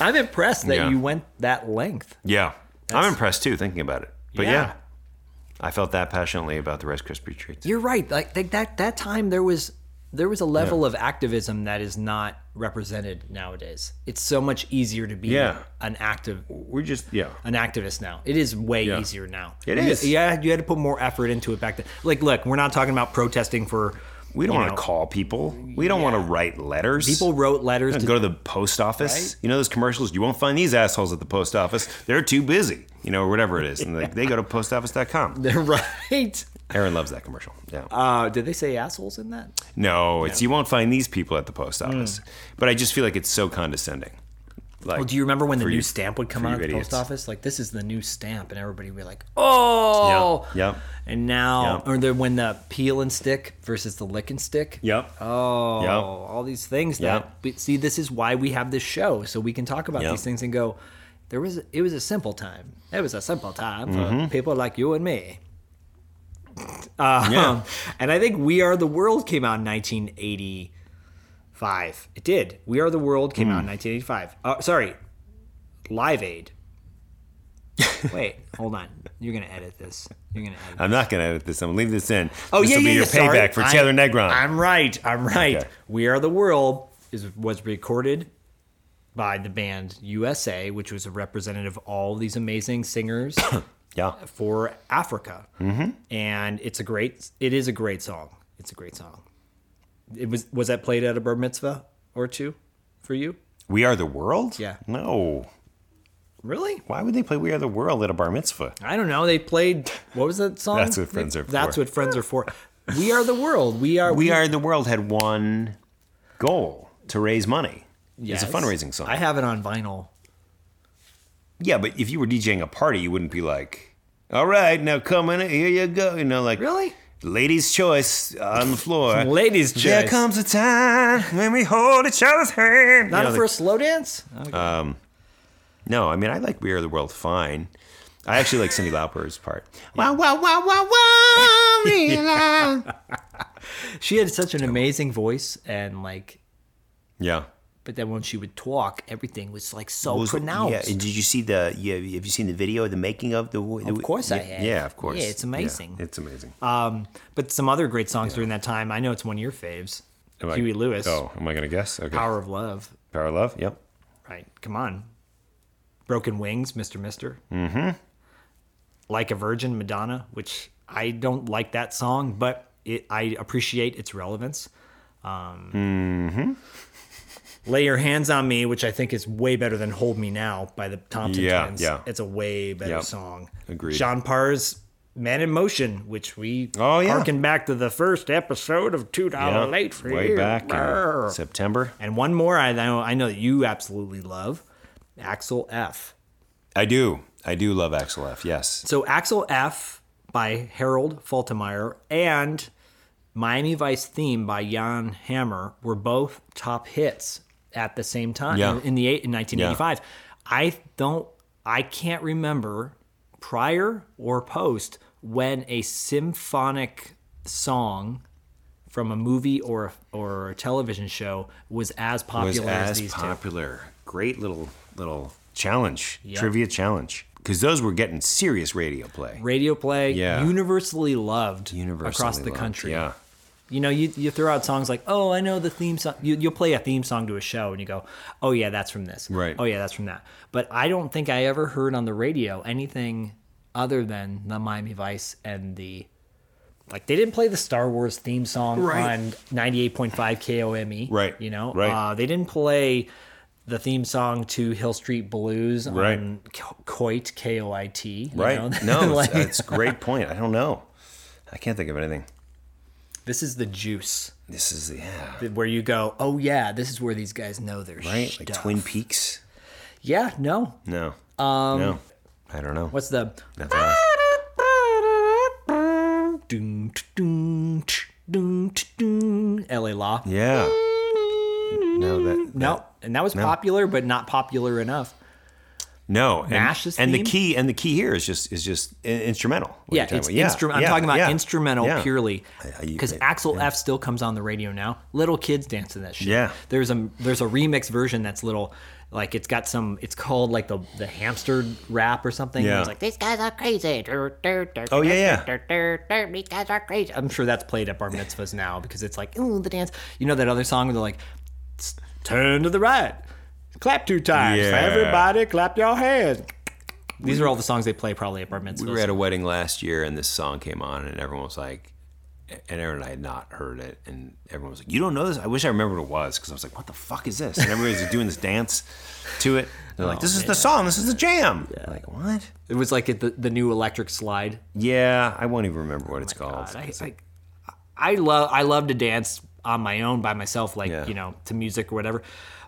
Speaker 3: I'm impressed that
Speaker 2: Yeah.
Speaker 3: you went that length.
Speaker 2: yeah, I'm impressed too thinking about it. But
Speaker 3: Yeah.
Speaker 2: yeah. I felt that passionately about the Rice Krispie treats.
Speaker 3: You're right. Like that that, that time there was there was a level of activism that is not represented nowadays. It's so much easier to be
Speaker 2: Yeah.
Speaker 3: an active
Speaker 2: We're just yeah.
Speaker 3: an activist now. It is way easier now.
Speaker 2: It
Speaker 3: You-
Speaker 2: is.
Speaker 3: Yeah, you had to put more effort into it back then. Like, look, we're not talking about protesting for
Speaker 2: We don't
Speaker 3: you
Speaker 2: want
Speaker 3: know,
Speaker 2: to call people. We don't want to write letters.
Speaker 3: People wrote letters
Speaker 2: And
Speaker 3: to
Speaker 2: go to the post office. You know those commercials? You won't find these assholes at the post office. They're too busy. You know, or whatever it is. And like they go to postoffice.com.
Speaker 3: right.
Speaker 2: Aaron loves that commercial. Yeah.
Speaker 3: Uh, did they say assholes in that?
Speaker 2: no, it's you won't find these people at the post office. But I just feel like it's so condescending. Like
Speaker 3: Well, Mm. Oh, do you remember when the
Speaker 2: for
Speaker 3: new
Speaker 2: you-
Speaker 3: stamp would come
Speaker 2: for
Speaker 3: out
Speaker 2: you
Speaker 3: of the
Speaker 2: idiots.
Speaker 3: post office? Like this is the new stamp, and everybody would be like, "Oh!"
Speaker 2: Yep.
Speaker 3: And now,
Speaker 2: Yep.
Speaker 3: or the, when the peel and stick versus the lick and stick.
Speaker 2: Yep.
Speaker 3: Oh,
Speaker 2: Yep.
Speaker 3: all these things
Speaker 2: Yep.
Speaker 3: that. But see, this is why we have this show, so we can talk about
Speaker 2: Yep.
Speaker 3: these things and go. There was it was a simple time. It was a simple time for
Speaker 2: Mm-hmm.
Speaker 3: people like you and me. Uh,
Speaker 2: Yeah.
Speaker 3: and I think We Are the World came out in 1985. It did. We Are the World came out
Speaker 2: Hmm.
Speaker 3: in 1985. Uh, sorry, Live Aid. Wait, hold on. You're gonna edit this. You're gonna edit.
Speaker 2: I'm not gonna edit this. I'm gonna leave this in.
Speaker 3: Oh
Speaker 2: this
Speaker 3: yeah,
Speaker 2: will
Speaker 3: yeah,
Speaker 2: be your
Speaker 3: yeah, sorry.
Speaker 2: payback for
Speaker 3: I-
Speaker 2: Taylor Negron.
Speaker 3: I'm right. I'm right.
Speaker 2: Okay.
Speaker 3: We Are the World is was recorded by the band USA, which was a representative of all these amazing singers
Speaker 2: yeah.
Speaker 3: for Africa, mm-hmm. and it's a great. It is a great song. It's a great song. It was was that played at a bar mitzvah or two for you?
Speaker 2: We are the world?
Speaker 3: Yeah.
Speaker 2: No.
Speaker 3: Really?
Speaker 2: Why would they play We Are the World at a bar mitzvah?
Speaker 3: I don't know. They played what was that song?
Speaker 2: That's what friends are
Speaker 3: That's
Speaker 2: for.
Speaker 3: what friends are for. We are the world. We are.
Speaker 2: We Are the World had one goal to raise money.
Speaker 3: Yes.
Speaker 2: It's a fundraising song.
Speaker 3: I have it on vinyl.
Speaker 2: yeah, but if you were DJing a party, you wouldn't be like, all right, now come in, here you go. You know, like,
Speaker 3: Really?
Speaker 2: Ladies' choice on the floor.
Speaker 3: Ladies'
Speaker 2: There
Speaker 3: choice.
Speaker 2: comes a time when we hold each other's hand.
Speaker 3: Not
Speaker 2: You know,
Speaker 3: a
Speaker 2: like-
Speaker 3: first slow dance.
Speaker 2: No, I mean, I like We Are the World fine. I actually like Cindy Lauper's part. Wow, wow, wow, wow, wow. me la.
Speaker 3: She had such an amazing voice, and like,
Speaker 2: yeah.
Speaker 3: but then when she would talk, everything was like so
Speaker 2: Was-
Speaker 3: pronounced.
Speaker 2: Yeah. and Did you see the? Yeah, have you seen the video of the making of the? the
Speaker 3: Of course I
Speaker 2: yeah,
Speaker 3: have.
Speaker 2: Yeah, of course.
Speaker 3: Yeah, it's amazing.
Speaker 2: it's amazing.
Speaker 3: But some other great songs during that time. I know it's one of your faves.
Speaker 2: Am I-
Speaker 3: Huey Lewis,
Speaker 2: Oh, am I gonna guess? Okay.
Speaker 3: Power of Love.
Speaker 2: Power of Love. Yep.
Speaker 3: Right. Come on. Broken Wings, Mr. Mister. Mm-hmm. Like a Virgin, Madonna, which I don't like that song, but it, I appreciate its relevance.
Speaker 2: Mm-hmm.
Speaker 3: Um, Lay Your Hands on Me, which I think is way better than Hold Me Now by the Thompson
Speaker 2: Yeah,
Speaker 3: Twins.
Speaker 2: yeah.
Speaker 3: It's a way better
Speaker 2: Yep.
Speaker 3: song.
Speaker 2: Agreed.
Speaker 3: Sean Parr's Man in Motion, which we
Speaker 2: Oh, yeah.
Speaker 3: harken back to the first episode of $2
Speaker 2: Yeah.
Speaker 3: Late for
Speaker 2: Way
Speaker 3: You.
Speaker 2: back in
Speaker 3: Brr.
Speaker 2: September.
Speaker 3: And one more I know I know that you absolutely love, Axel F.
Speaker 2: I do. I do love Axel F. Yes.
Speaker 3: So Axel F by Harold Faltermeyer and Miami Vice theme by Jan Hammer were both top hits at the same time
Speaker 2: Yeah.
Speaker 3: in the eight in 1985. I don't, I can't remember prior or post when a symphonic song from a movie or or a television show was as popular
Speaker 2: was
Speaker 3: as
Speaker 2: as
Speaker 3: these two.
Speaker 2: popular. Great little little challenge, trivia challenge, because those were getting serious radio play
Speaker 3: Radio play,
Speaker 2: Yeah.
Speaker 3: universally loved across
Speaker 2: Universally
Speaker 3: the
Speaker 2: loved,
Speaker 3: country.
Speaker 2: Yeah,
Speaker 3: You know, you, you throw out songs like, oh, I know the theme song. You, you'll play a theme song to a show and you go, oh, yeah, that's from this.
Speaker 2: Right.
Speaker 3: Oh, yeah, that's from that. But I don't think I ever heard on the radio anything other than the Miami Vice and the. Like, they didn't play the Star Wars theme song
Speaker 2: Right.
Speaker 3: on 98.5 KOME.
Speaker 2: Right.
Speaker 3: E, You know,
Speaker 2: Right.
Speaker 3: Uh, they didn't play the theme song to Hill Street Blues
Speaker 2: Right.
Speaker 3: on Co- Coit, K O I T. you
Speaker 2: right.
Speaker 3: know?
Speaker 2: No,
Speaker 3: Like,
Speaker 2: it's, it's a great point. I don't know. I can't think of anything.
Speaker 3: this is the juice.
Speaker 2: This is the yeah,
Speaker 3: where you go, oh yeah, this is where these guys know their
Speaker 2: right?
Speaker 3: stuff.
Speaker 2: Like Twin Peaks.
Speaker 3: Yeah, no.
Speaker 2: No. Um, no. I don't know.
Speaker 3: What's the?
Speaker 2: Nothing else.
Speaker 3: Dun, t- dun, t- dun, t- dun, L.A. Law.
Speaker 2: Yeah. No, that, that
Speaker 3: No, and that was popular, but not popular enough.
Speaker 2: no. And,
Speaker 3: Nash's
Speaker 2: and the
Speaker 3: theme?
Speaker 2: key and the key here is just is just i- instrumental. what
Speaker 3: Yeah,
Speaker 2: you're talking
Speaker 3: it's
Speaker 2: about. yeah,
Speaker 3: instrumental. I'm
Speaker 2: yeah,
Speaker 3: talking about
Speaker 2: yeah,
Speaker 3: instrumental
Speaker 2: yeah.
Speaker 3: purely
Speaker 2: I- you-
Speaker 3: because
Speaker 2: I-
Speaker 3: Axel F still comes on the radio now. Little kids dance to that shit.
Speaker 2: Yeah.
Speaker 3: there's a there's a remix version that's little, like it's got some. It's called like the the hamster rap or something.
Speaker 2: Yeah.
Speaker 3: It's like
Speaker 6: These guys are crazy.
Speaker 2: Oh yeah, yeah.
Speaker 6: These guys are crazy.
Speaker 3: I'm sure that's played at bar mitzvahs now because it's like, ooh, the dance. You know that other song where they're like, "S- turn to the right, clap two times,
Speaker 2: Yeah.
Speaker 3: everybody clap your hands. These are all the songs they play probably at bar mitzvahs.
Speaker 2: We were at a wedding last year, and this song came on, and everyone was like, and Aaron and I had not heard it, and everyone was like, "You don't know this?" I wish I remembered what it was because I was like, "What the fuck is this?" And everybody's doing this dance to it. They're like, "This is the song. This is the jam." Like what?
Speaker 3: it was like at the, the new electric slide.
Speaker 2: Yeah, I won't even remember what it's called.
Speaker 3: God, I, I, I love I love to dance on my own by myself, like
Speaker 2: Yeah.
Speaker 3: you know, to music or whatever.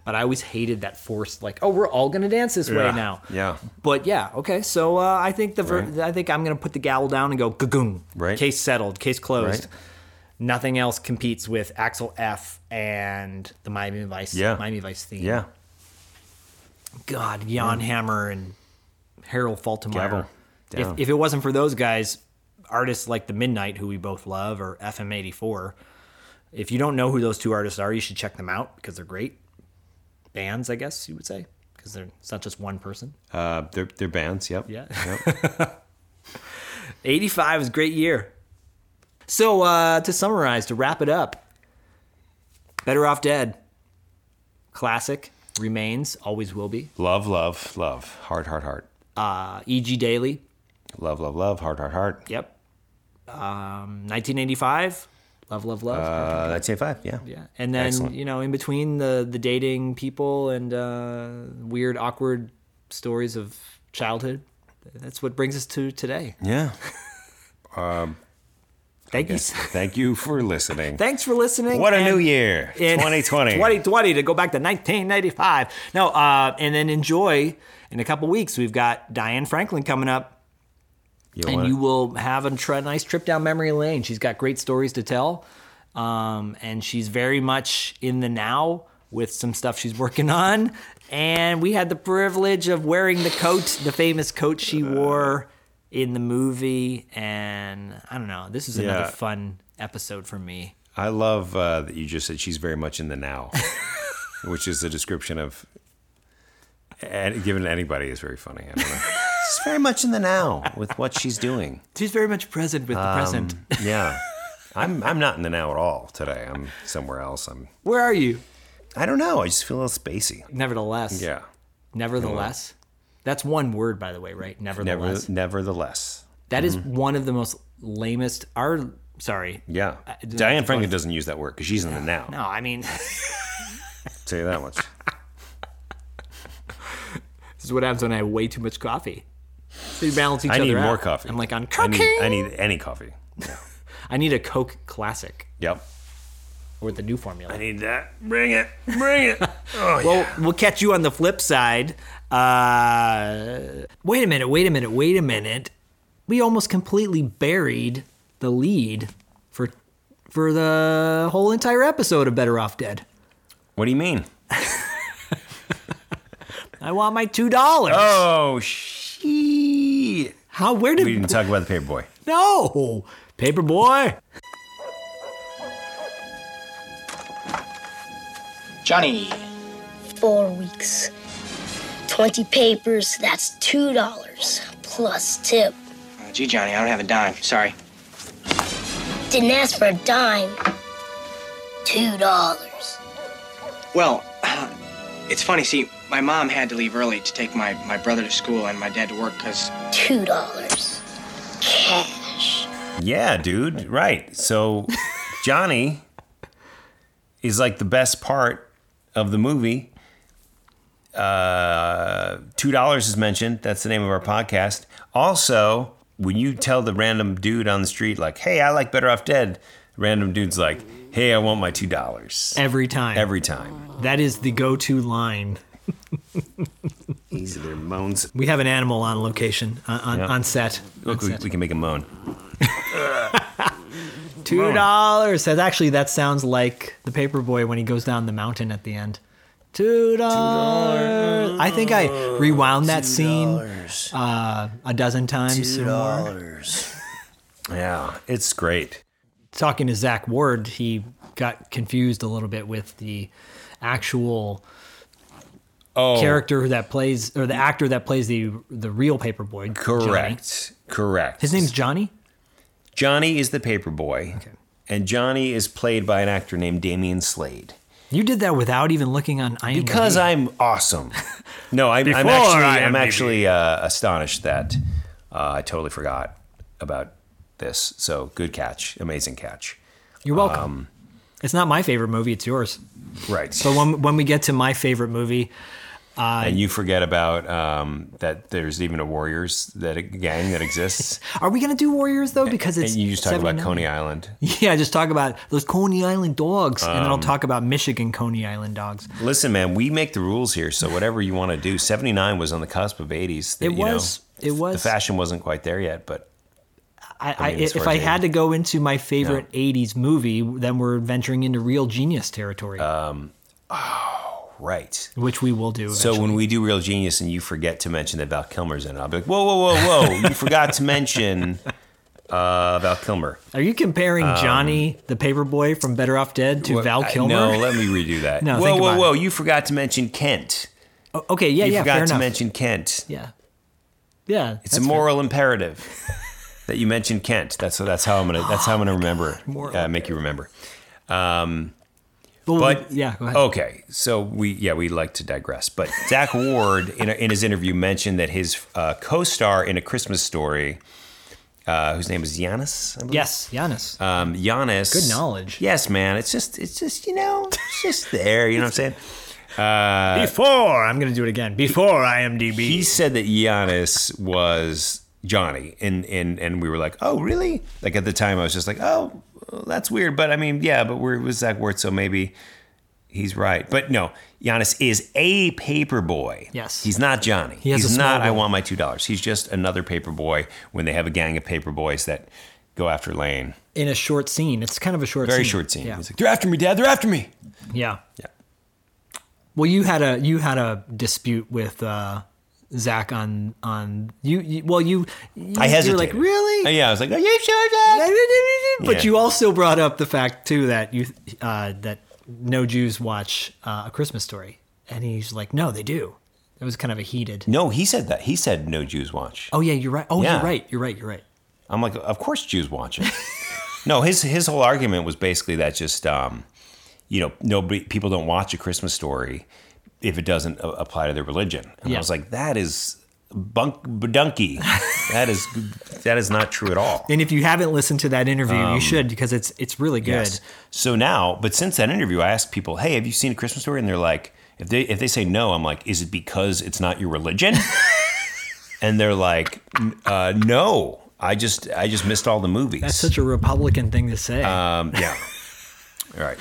Speaker 3: But I always hated that forced, like, oh, we're all gonna dance this way
Speaker 2: Yeah.
Speaker 3: now.
Speaker 2: Yeah.
Speaker 3: But yeah, okay. So uh, I think the ver- I think I'm gonna put the gavel down and go gagoon.
Speaker 2: Right.
Speaker 3: Case settled. Case closed.
Speaker 2: Right.
Speaker 3: Nothing else competes with Axel F and the Miami Vice.
Speaker 2: Yeah.
Speaker 3: Miami Vice theme.
Speaker 2: yeah,
Speaker 3: God, Jan Hammer and Harold Faltermeyer.
Speaker 2: Gavel.
Speaker 3: If,
Speaker 2: Down.
Speaker 3: if it wasn't for those guys, artists like The Midnight, who we both love, or FM84, if you don't know who those two artists are, you should check them out because they're great bands, I guess you would say, because they're it's not just one person.
Speaker 2: uh, they're they're bands. Yep.
Speaker 3: Yeah.
Speaker 2: Yep.
Speaker 3: 85 is a great year. So uh, to summarize, to wrap it up, Better Off Dead, classic, remains, always will be.
Speaker 2: love, love, love. Heart, heart, heart.
Speaker 3: Uh, E.G. Daily,
Speaker 2: Love, love, love. Heart, heart, heart.
Speaker 3: Yep. Um, 1985. Love, love, love.
Speaker 2: Uh, that's a five. Yeah.
Speaker 3: yeah. And then
Speaker 2: excellent.
Speaker 3: you know, in between the the dating people and uh, weird, awkward stories of childhood. That's what brings us to today.
Speaker 2: Yeah.
Speaker 3: Thank you.
Speaker 2: Thank you for listening.
Speaker 3: Thanks for listening.
Speaker 2: What a
Speaker 3: and-
Speaker 2: new year,
Speaker 3: in
Speaker 2: 2020.
Speaker 3: 2020 to go back to 1995. No, uh, and then enjoy. In a couple weeks, we've got Diane Franklin coming up, and
Speaker 2: wanna-
Speaker 3: you will have a tri- nice trip down memory lane. She's got great stories to tell, um, and she's very much in the now with some stuff she's working on. And we had the privilege of wearing the coat, the famous coat she wore in the movie. And I don't know, this is
Speaker 2: Yeah.
Speaker 3: another fun episode for me.
Speaker 2: I love uh, that you just said she's very much in the now, which is the description of and given to anybody is very funny. I don't know. she's very much in the now with what she's doing.
Speaker 3: She's very much present with the present.
Speaker 2: Yeah, I'm I'm not in the now at all today. I'm somewhere else. I'm
Speaker 3: Where are you?
Speaker 2: I don't know. I just feel a little spacey.
Speaker 3: Nevertheless.
Speaker 2: Yeah.
Speaker 3: Nevertheless. That's one word, by the way, right?
Speaker 2: Never,
Speaker 3: Nevertheless.
Speaker 2: nevertheless.
Speaker 3: That is
Speaker 2: Mm-hmm.
Speaker 3: one of the most lamest. Our sorry.
Speaker 2: Yeah. Diane Franklin doesn't use that word because she's in the now.
Speaker 3: No, I mean this
Speaker 2: Tell you that much.
Speaker 3: is what happens when I have way too much coffee. They balance each
Speaker 2: I
Speaker 3: other
Speaker 2: need
Speaker 3: out.
Speaker 2: more coffee.
Speaker 3: I'm like on
Speaker 2: I
Speaker 3: cocaine.
Speaker 2: need, I need any coffee.
Speaker 3: a Coke Classic
Speaker 2: Yep.
Speaker 3: or the new formula.
Speaker 2: Need that. Bring it. Bring it. Oh, yeah.
Speaker 3: Well, we'll catch you on the flip side. Uh, wait a minute. Wait a minute. Wait a minute. we almost completely buried the lead for for the whole entire episode of Better Off Dead.
Speaker 2: What do you mean?
Speaker 3: I want my two dollars.
Speaker 2: Oh, she.
Speaker 3: How? Where
Speaker 2: We
Speaker 3: did
Speaker 2: didn't talk about the paper boy.
Speaker 3: no paperboy?
Speaker 7: Johnny,
Speaker 6: four weeks. 20 papers, that's $2 plus tip.
Speaker 7: Uh, gee, Johnny, I don't have a dime. Sorry.
Speaker 6: Didn't ask for a dime. $2.
Speaker 7: Well, it's funny. See, my mom had to leave early to take my, my brother to school and my dad to work because
Speaker 6: $2. Cash.
Speaker 2: Yeah, dude. Right. So Johnny is like the best part of the movie. Uh, Two dollars is mentioned. That's the name of our podcast. Also, when you tell the random dude on the street, like, "Hey, I like Better Off Dead," random dude's like, "Hey, I want my two dollars."
Speaker 3: Every time.
Speaker 2: Every time.
Speaker 3: That is the go-to line.
Speaker 2: Easy there, moans.
Speaker 3: We have an animal on location on on,
Speaker 2: Yeah.
Speaker 3: on set.
Speaker 2: Look, we, we can make a moan.
Speaker 3: Two dollars. That's actually that sounds like the paperboy when he goes down the mountain at the end. Two dollars. I think I rewound that scene uh, a dozen times. or more.
Speaker 2: Yeah, it's great.
Speaker 3: talking to Zach Ward, he got confused a little bit with the actual
Speaker 2: Oh,
Speaker 3: character that plays or the actor that plays the the real paperboy. Johnny.
Speaker 2: correct, correct.
Speaker 3: His name's Johnny.
Speaker 2: Johnny is the paper boy, and Johnny is played by an actor named Damian Slade.
Speaker 3: You did that without even looking on IMDb.
Speaker 2: Because I'm awesome. No, I'm, I'm
Speaker 3: Before
Speaker 2: actually I'm
Speaker 3: IMDb.
Speaker 2: actually uh, astonished that uh, I totally forgot about this. So good catch, amazing catch.
Speaker 3: you're welcome.
Speaker 2: um,
Speaker 3: it's not my favorite movie. It's yours.
Speaker 2: Right.
Speaker 3: So when when we get to my favorite movie,
Speaker 2: and you forget about um, that there's even a Warriors that gang that exists,
Speaker 3: are we gonna do Warriors though? Because
Speaker 2: and
Speaker 3: it's
Speaker 2: you just talk about
Speaker 3: 79.
Speaker 2: Coney Um, Island.
Speaker 3: Yeah, just talk about those Coney Island dogs, and then I'll talk about Michigan Coney Island dogs.
Speaker 2: Listen, man, we make the rules here, so whatever you want to do. Seventy nine was on the cusp of eighties.
Speaker 3: It was- it
Speaker 2: the
Speaker 3: was-
Speaker 2: fashion wasn't quite there yet, but
Speaker 3: I, I,
Speaker 2: mean, it's
Speaker 3: if
Speaker 2: worth
Speaker 3: I
Speaker 2: it.
Speaker 3: had to go into my favorite '80s movie, then we're venturing into real genius territory,
Speaker 2: Uh, right.
Speaker 3: which we will do.
Speaker 2: So when we do Real Genius and you forget to mention that Val Kilmer's in it, I'll be like, whoa, whoa, whoa, whoa, you forgot to mention uh, Val Kilmer.
Speaker 3: eventually. are you comparing Johnny the Paperboy from Better Off Dead to Val
Speaker 2: um, I-
Speaker 3: Kilmer?
Speaker 2: no, let me redo that.
Speaker 3: No,
Speaker 2: whoa,
Speaker 3: think
Speaker 2: whoa,
Speaker 3: about
Speaker 2: whoa, you forgot to mention Kent.
Speaker 3: O- okay, yeah,
Speaker 2: You
Speaker 3: yeah,
Speaker 2: forgot
Speaker 3: fair
Speaker 2: to
Speaker 3: enough.
Speaker 2: mention Kent.
Speaker 3: yeah, yeah,
Speaker 2: It's a moral imperative that you mention Kent. That's that's how I'm gonna that's how I'm
Speaker 3: Oh,
Speaker 2: gonna remember uh, make you remember.
Speaker 3: Well,
Speaker 2: But oh.
Speaker 3: yeah, go ahead.
Speaker 2: Okay, so we yeah we like to digress, but Zach Ward in, in his interview mentioned that his uh, co-star in A Christmas Story, uh, whose name is Giannis, I believe.
Speaker 3: yes, Giannis.
Speaker 2: Um, Giannis.
Speaker 3: Good knowledge.
Speaker 2: Yes, man. It's just it's just you know it's just there. You know what I'm saying?
Speaker 3: Before I'm gonna do it again. Before IMDb,
Speaker 2: He said that Giannis was Johnny, and and and we were like, oh really? Like at the time, I was just like, oh, that's weird. But I mean, yeah, but we're with Zach Ward, so maybe. He's right, but no. Giannis is a paper boy.
Speaker 3: Yes.
Speaker 2: he's not Johnny.
Speaker 3: has
Speaker 2: he's
Speaker 3: a small
Speaker 2: not. I
Speaker 3: role.
Speaker 2: want my two dollars. He's just another paper boy. When they have a gang of paper boys that go after Lane,
Speaker 3: in a short scene. It's kind of a short,
Speaker 2: very
Speaker 3: scene.
Speaker 2: short scene.
Speaker 3: Yeah,
Speaker 2: He's like, "They're after me, Dad. They're after me."
Speaker 3: yeah,
Speaker 2: Yeah.
Speaker 3: Well, you had a you had a dispute with uh, Zach on on you, you. Well, you,
Speaker 2: I
Speaker 3: you You were
Speaker 2: hesitated. Uh,
Speaker 3: like, really?
Speaker 2: Yeah, I was like, "Are you sure, Dad?"
Speaker 3: But
Speaker 2: Yeah.
Speaker 3: you also brought up the fact too that you uh, that no Jews watch uh, a Christmas story, and he's like, no, they do. It was kind of a heated.
Speaker 2: No, he said that. He said no Jews watch.
Speaker 3: Oh yeah, you're right. Oh,
Speaker 2: Yeah.
Speaker 3: you're right. You're right. You're right.
Speaker 2: I'm like, of course Jews watch it. no, his his whole argument was basically that just um, you know nobody people don't watch a Christmas story if it doesn't a- apply to their religion. And I
Speaker 3: Yeah.
Speaker 2: was like, that is bunk badunky. that is that is not true at all.
Speaker 3: And if you haven't listened to that interview, you should because it's it's really good.
Speaker 2: Um, Yes. So now, but since that interview, I asked people, "Hey, have you seen a Christmas story?" And they're like, "If they if they say no, I'm like, is it because it's not your religion?" and they're like, "N- uh, "No, I just I just missed all the movies."
Speaker 3: That's such a Republican thing to say.
Speaker 2: um, yeah. all right.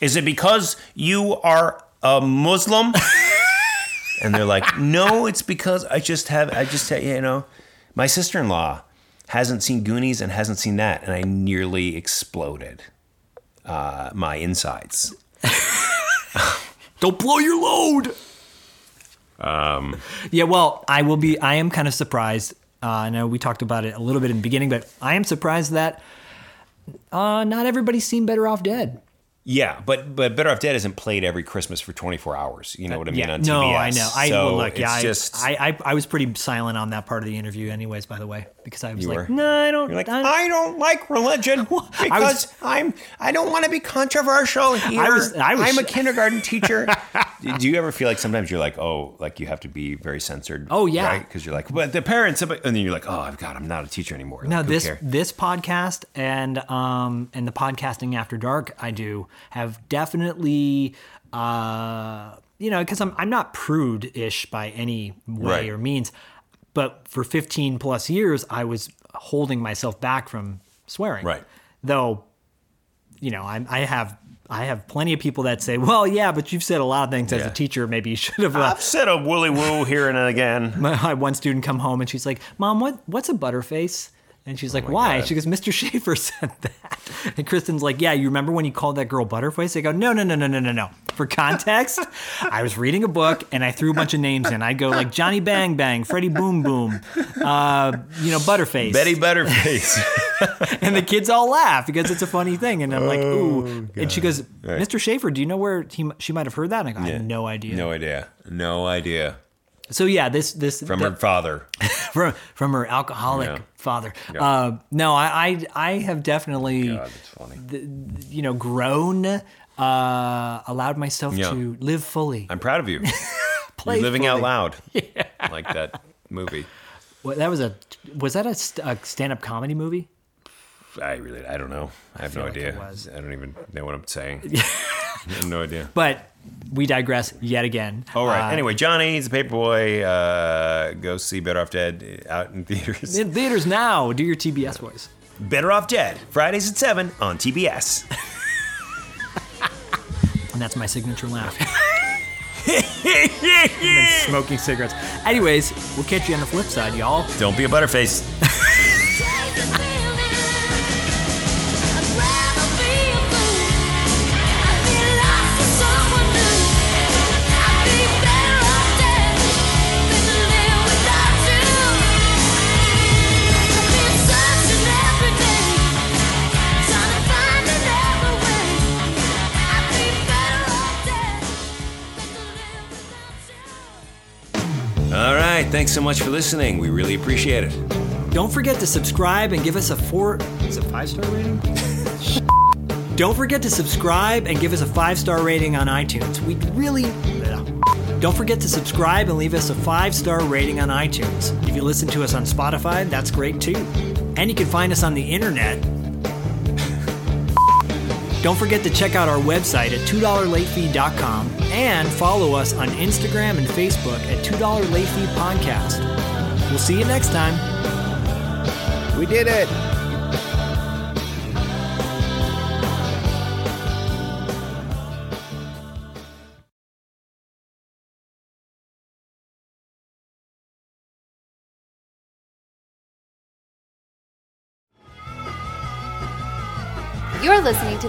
Speaker 2: Is it because you are a Muslim? and they're like, "No, it's because I just have I just ha- you know, my sister in law." hasn't seen Goonies and hasn't seen that, and I nearly exploded uh, my insides.
Speaker 3: Don't blow your load. Um. Yeah. Well, I will be. I am kind of surprised. Uh, I know we talked about it a little bit in the beginning, but I am surprised that uh, not everybody's seen Better Off Dead.
Speaker 2: Yeah, but but Better Off Dead isn't played every Christmas for 24 hours. You know what I mean?
Speaker 3: Yeah.
Speaker 2: On
Speaker 3: no,
Speaker 2: TBS.
Speaker 3: I know. I
Speaker 2: so
Speaker 3: well, look.
Speaker 2: it's
Speaker 3: Yeah, I,
Speaker 2: just
Speaker 3: I, I I was pretty silent on that part of the interview, anyways. By the way, because I was
Speaker 2: You
Speaker 3: like,
Speaker 2: were?
Speaker 3: no, I don't.
Speaker 2: You're like,
Speaker 3: I,
Speaker 2: I don't like religion because I
Speaker 3: was-
Speaker 2: I'm I don't want to be controversial here.
Speaker 3: I was- I was-
Speaker 2: am a kindergarten teacher. Do you ever feel like sometimes you're like, oh, like you have to be very censored?
Speaker 3: Oh, yeah.
Speaker 2: because you're like, but the parents, and then you're like, oh God, I'm not a teacher anymore.
Speaker 3: No,
Speaker 2: Like, who
Speaker 3: this
Speaker 2: cares?
Speaker 3: this podcast and um and the podcasting after dark I do have definitely uh you know because I'm I'm not prude ish by any way
Speaker 2: Right.
Speaker 3: or means, but for 15 plus years I was holding myself back from swearing.
Speaker 2: Right.
Speaker 3: Though, you know I I have. I have plenty of people that say, "Well, yeah, but you've said a lot of things as a
Speaker 2: Yeah.
Speaker 3: teacher. Maybe you should have." uh,
Speaker 2: I've said a woolly woo here and again.
Speaker 3: my, I had one student come home and she's like, "Mom, what what's a butterface?" And
Speaker 2: Oh
Speaker 3: she's like, "Why?" She goes, "Mr. Schaefer said that." And Kristen's like, "Yeah, you remember when you called that girl butterface?" I go, "No, no, no, no, no, no, no. For context, I was reading a book and I threw a bunch of names in. I go like Johnny Bang Bang, Freddie Boom Boom, uh, you know, butterface,
Speaker 2: Betty Butterface.
Speaker 3: and the kids all laugh because it's a funny thing. And I'm like,
Speaker 2: Oh,
Speaker 3: "Ooh!" and she goes, "Mr. Schaefer, do you know where he, she might have heard that?" And I go, "I have no idea."
Speaker 2: no idea. No idea.
Speaker 3: So yeah, this this
Speaker 2: From
Speaker 3: the-
Speaker 2: her father.
Speaker 3: from from her alcoholic
Speaker 2: Yeah.
Speaker 3: father. Uh, no, I, I I have definitely
Speaker 2: God, that's funny.
Speaker 3: you know grown, uh, allowed myself
Speaker 2: Yeah.
Speaker 3: to live fully.
Speaker 2: I'm proud of you. You're living out loud. Like that movie.
Speaker 3: What, that was a was that a, st- a stand up comedy movie?
Speaker 2: I really, I don't know. I have no
Speaker 3: like
Speaker 2: idea.
Speaker 3: it was.
Speaker 2: I don't even know what I'm saying. I have no idea.
Speaker 3: But we digress yet again.
Speaker 2: All right.
Speaker 3: Uh,
Speaker 2: anyway, Johnny, he's a paperboy. Uh, go see Better Off Dead out in theaters.
Speaker 3: in theaters now. Do your TBS voice.
Speaker 2: Better Off Dead, Fridays at 7 on TBS.
Speaker 3: And that's my signature laugh. And then smoking cigarettes. Anyways, we'll catch you on the flip side, y'all.
Speaker 2: Don't be a butterface. All right. Thanks so much for listening. We really appreciate it.
Speaker 3: Don't forget to subscribe and give us a four. Is it five star rating? Don't forget to subscribe and give us a five star rating on iTunes. We'd really. Don't forget to subscribe and leave us a five star rating on iTunes. If you listen to us on Spotify, that's great too. And you can find us on the internet. Don't forget to check out our website at $2LateFee.com and follow us on Instagram and Facebook at $2 Late Fee Podcast. We'll see you next time.
Speaker 5: We did it.
Speaker 8: You're listening to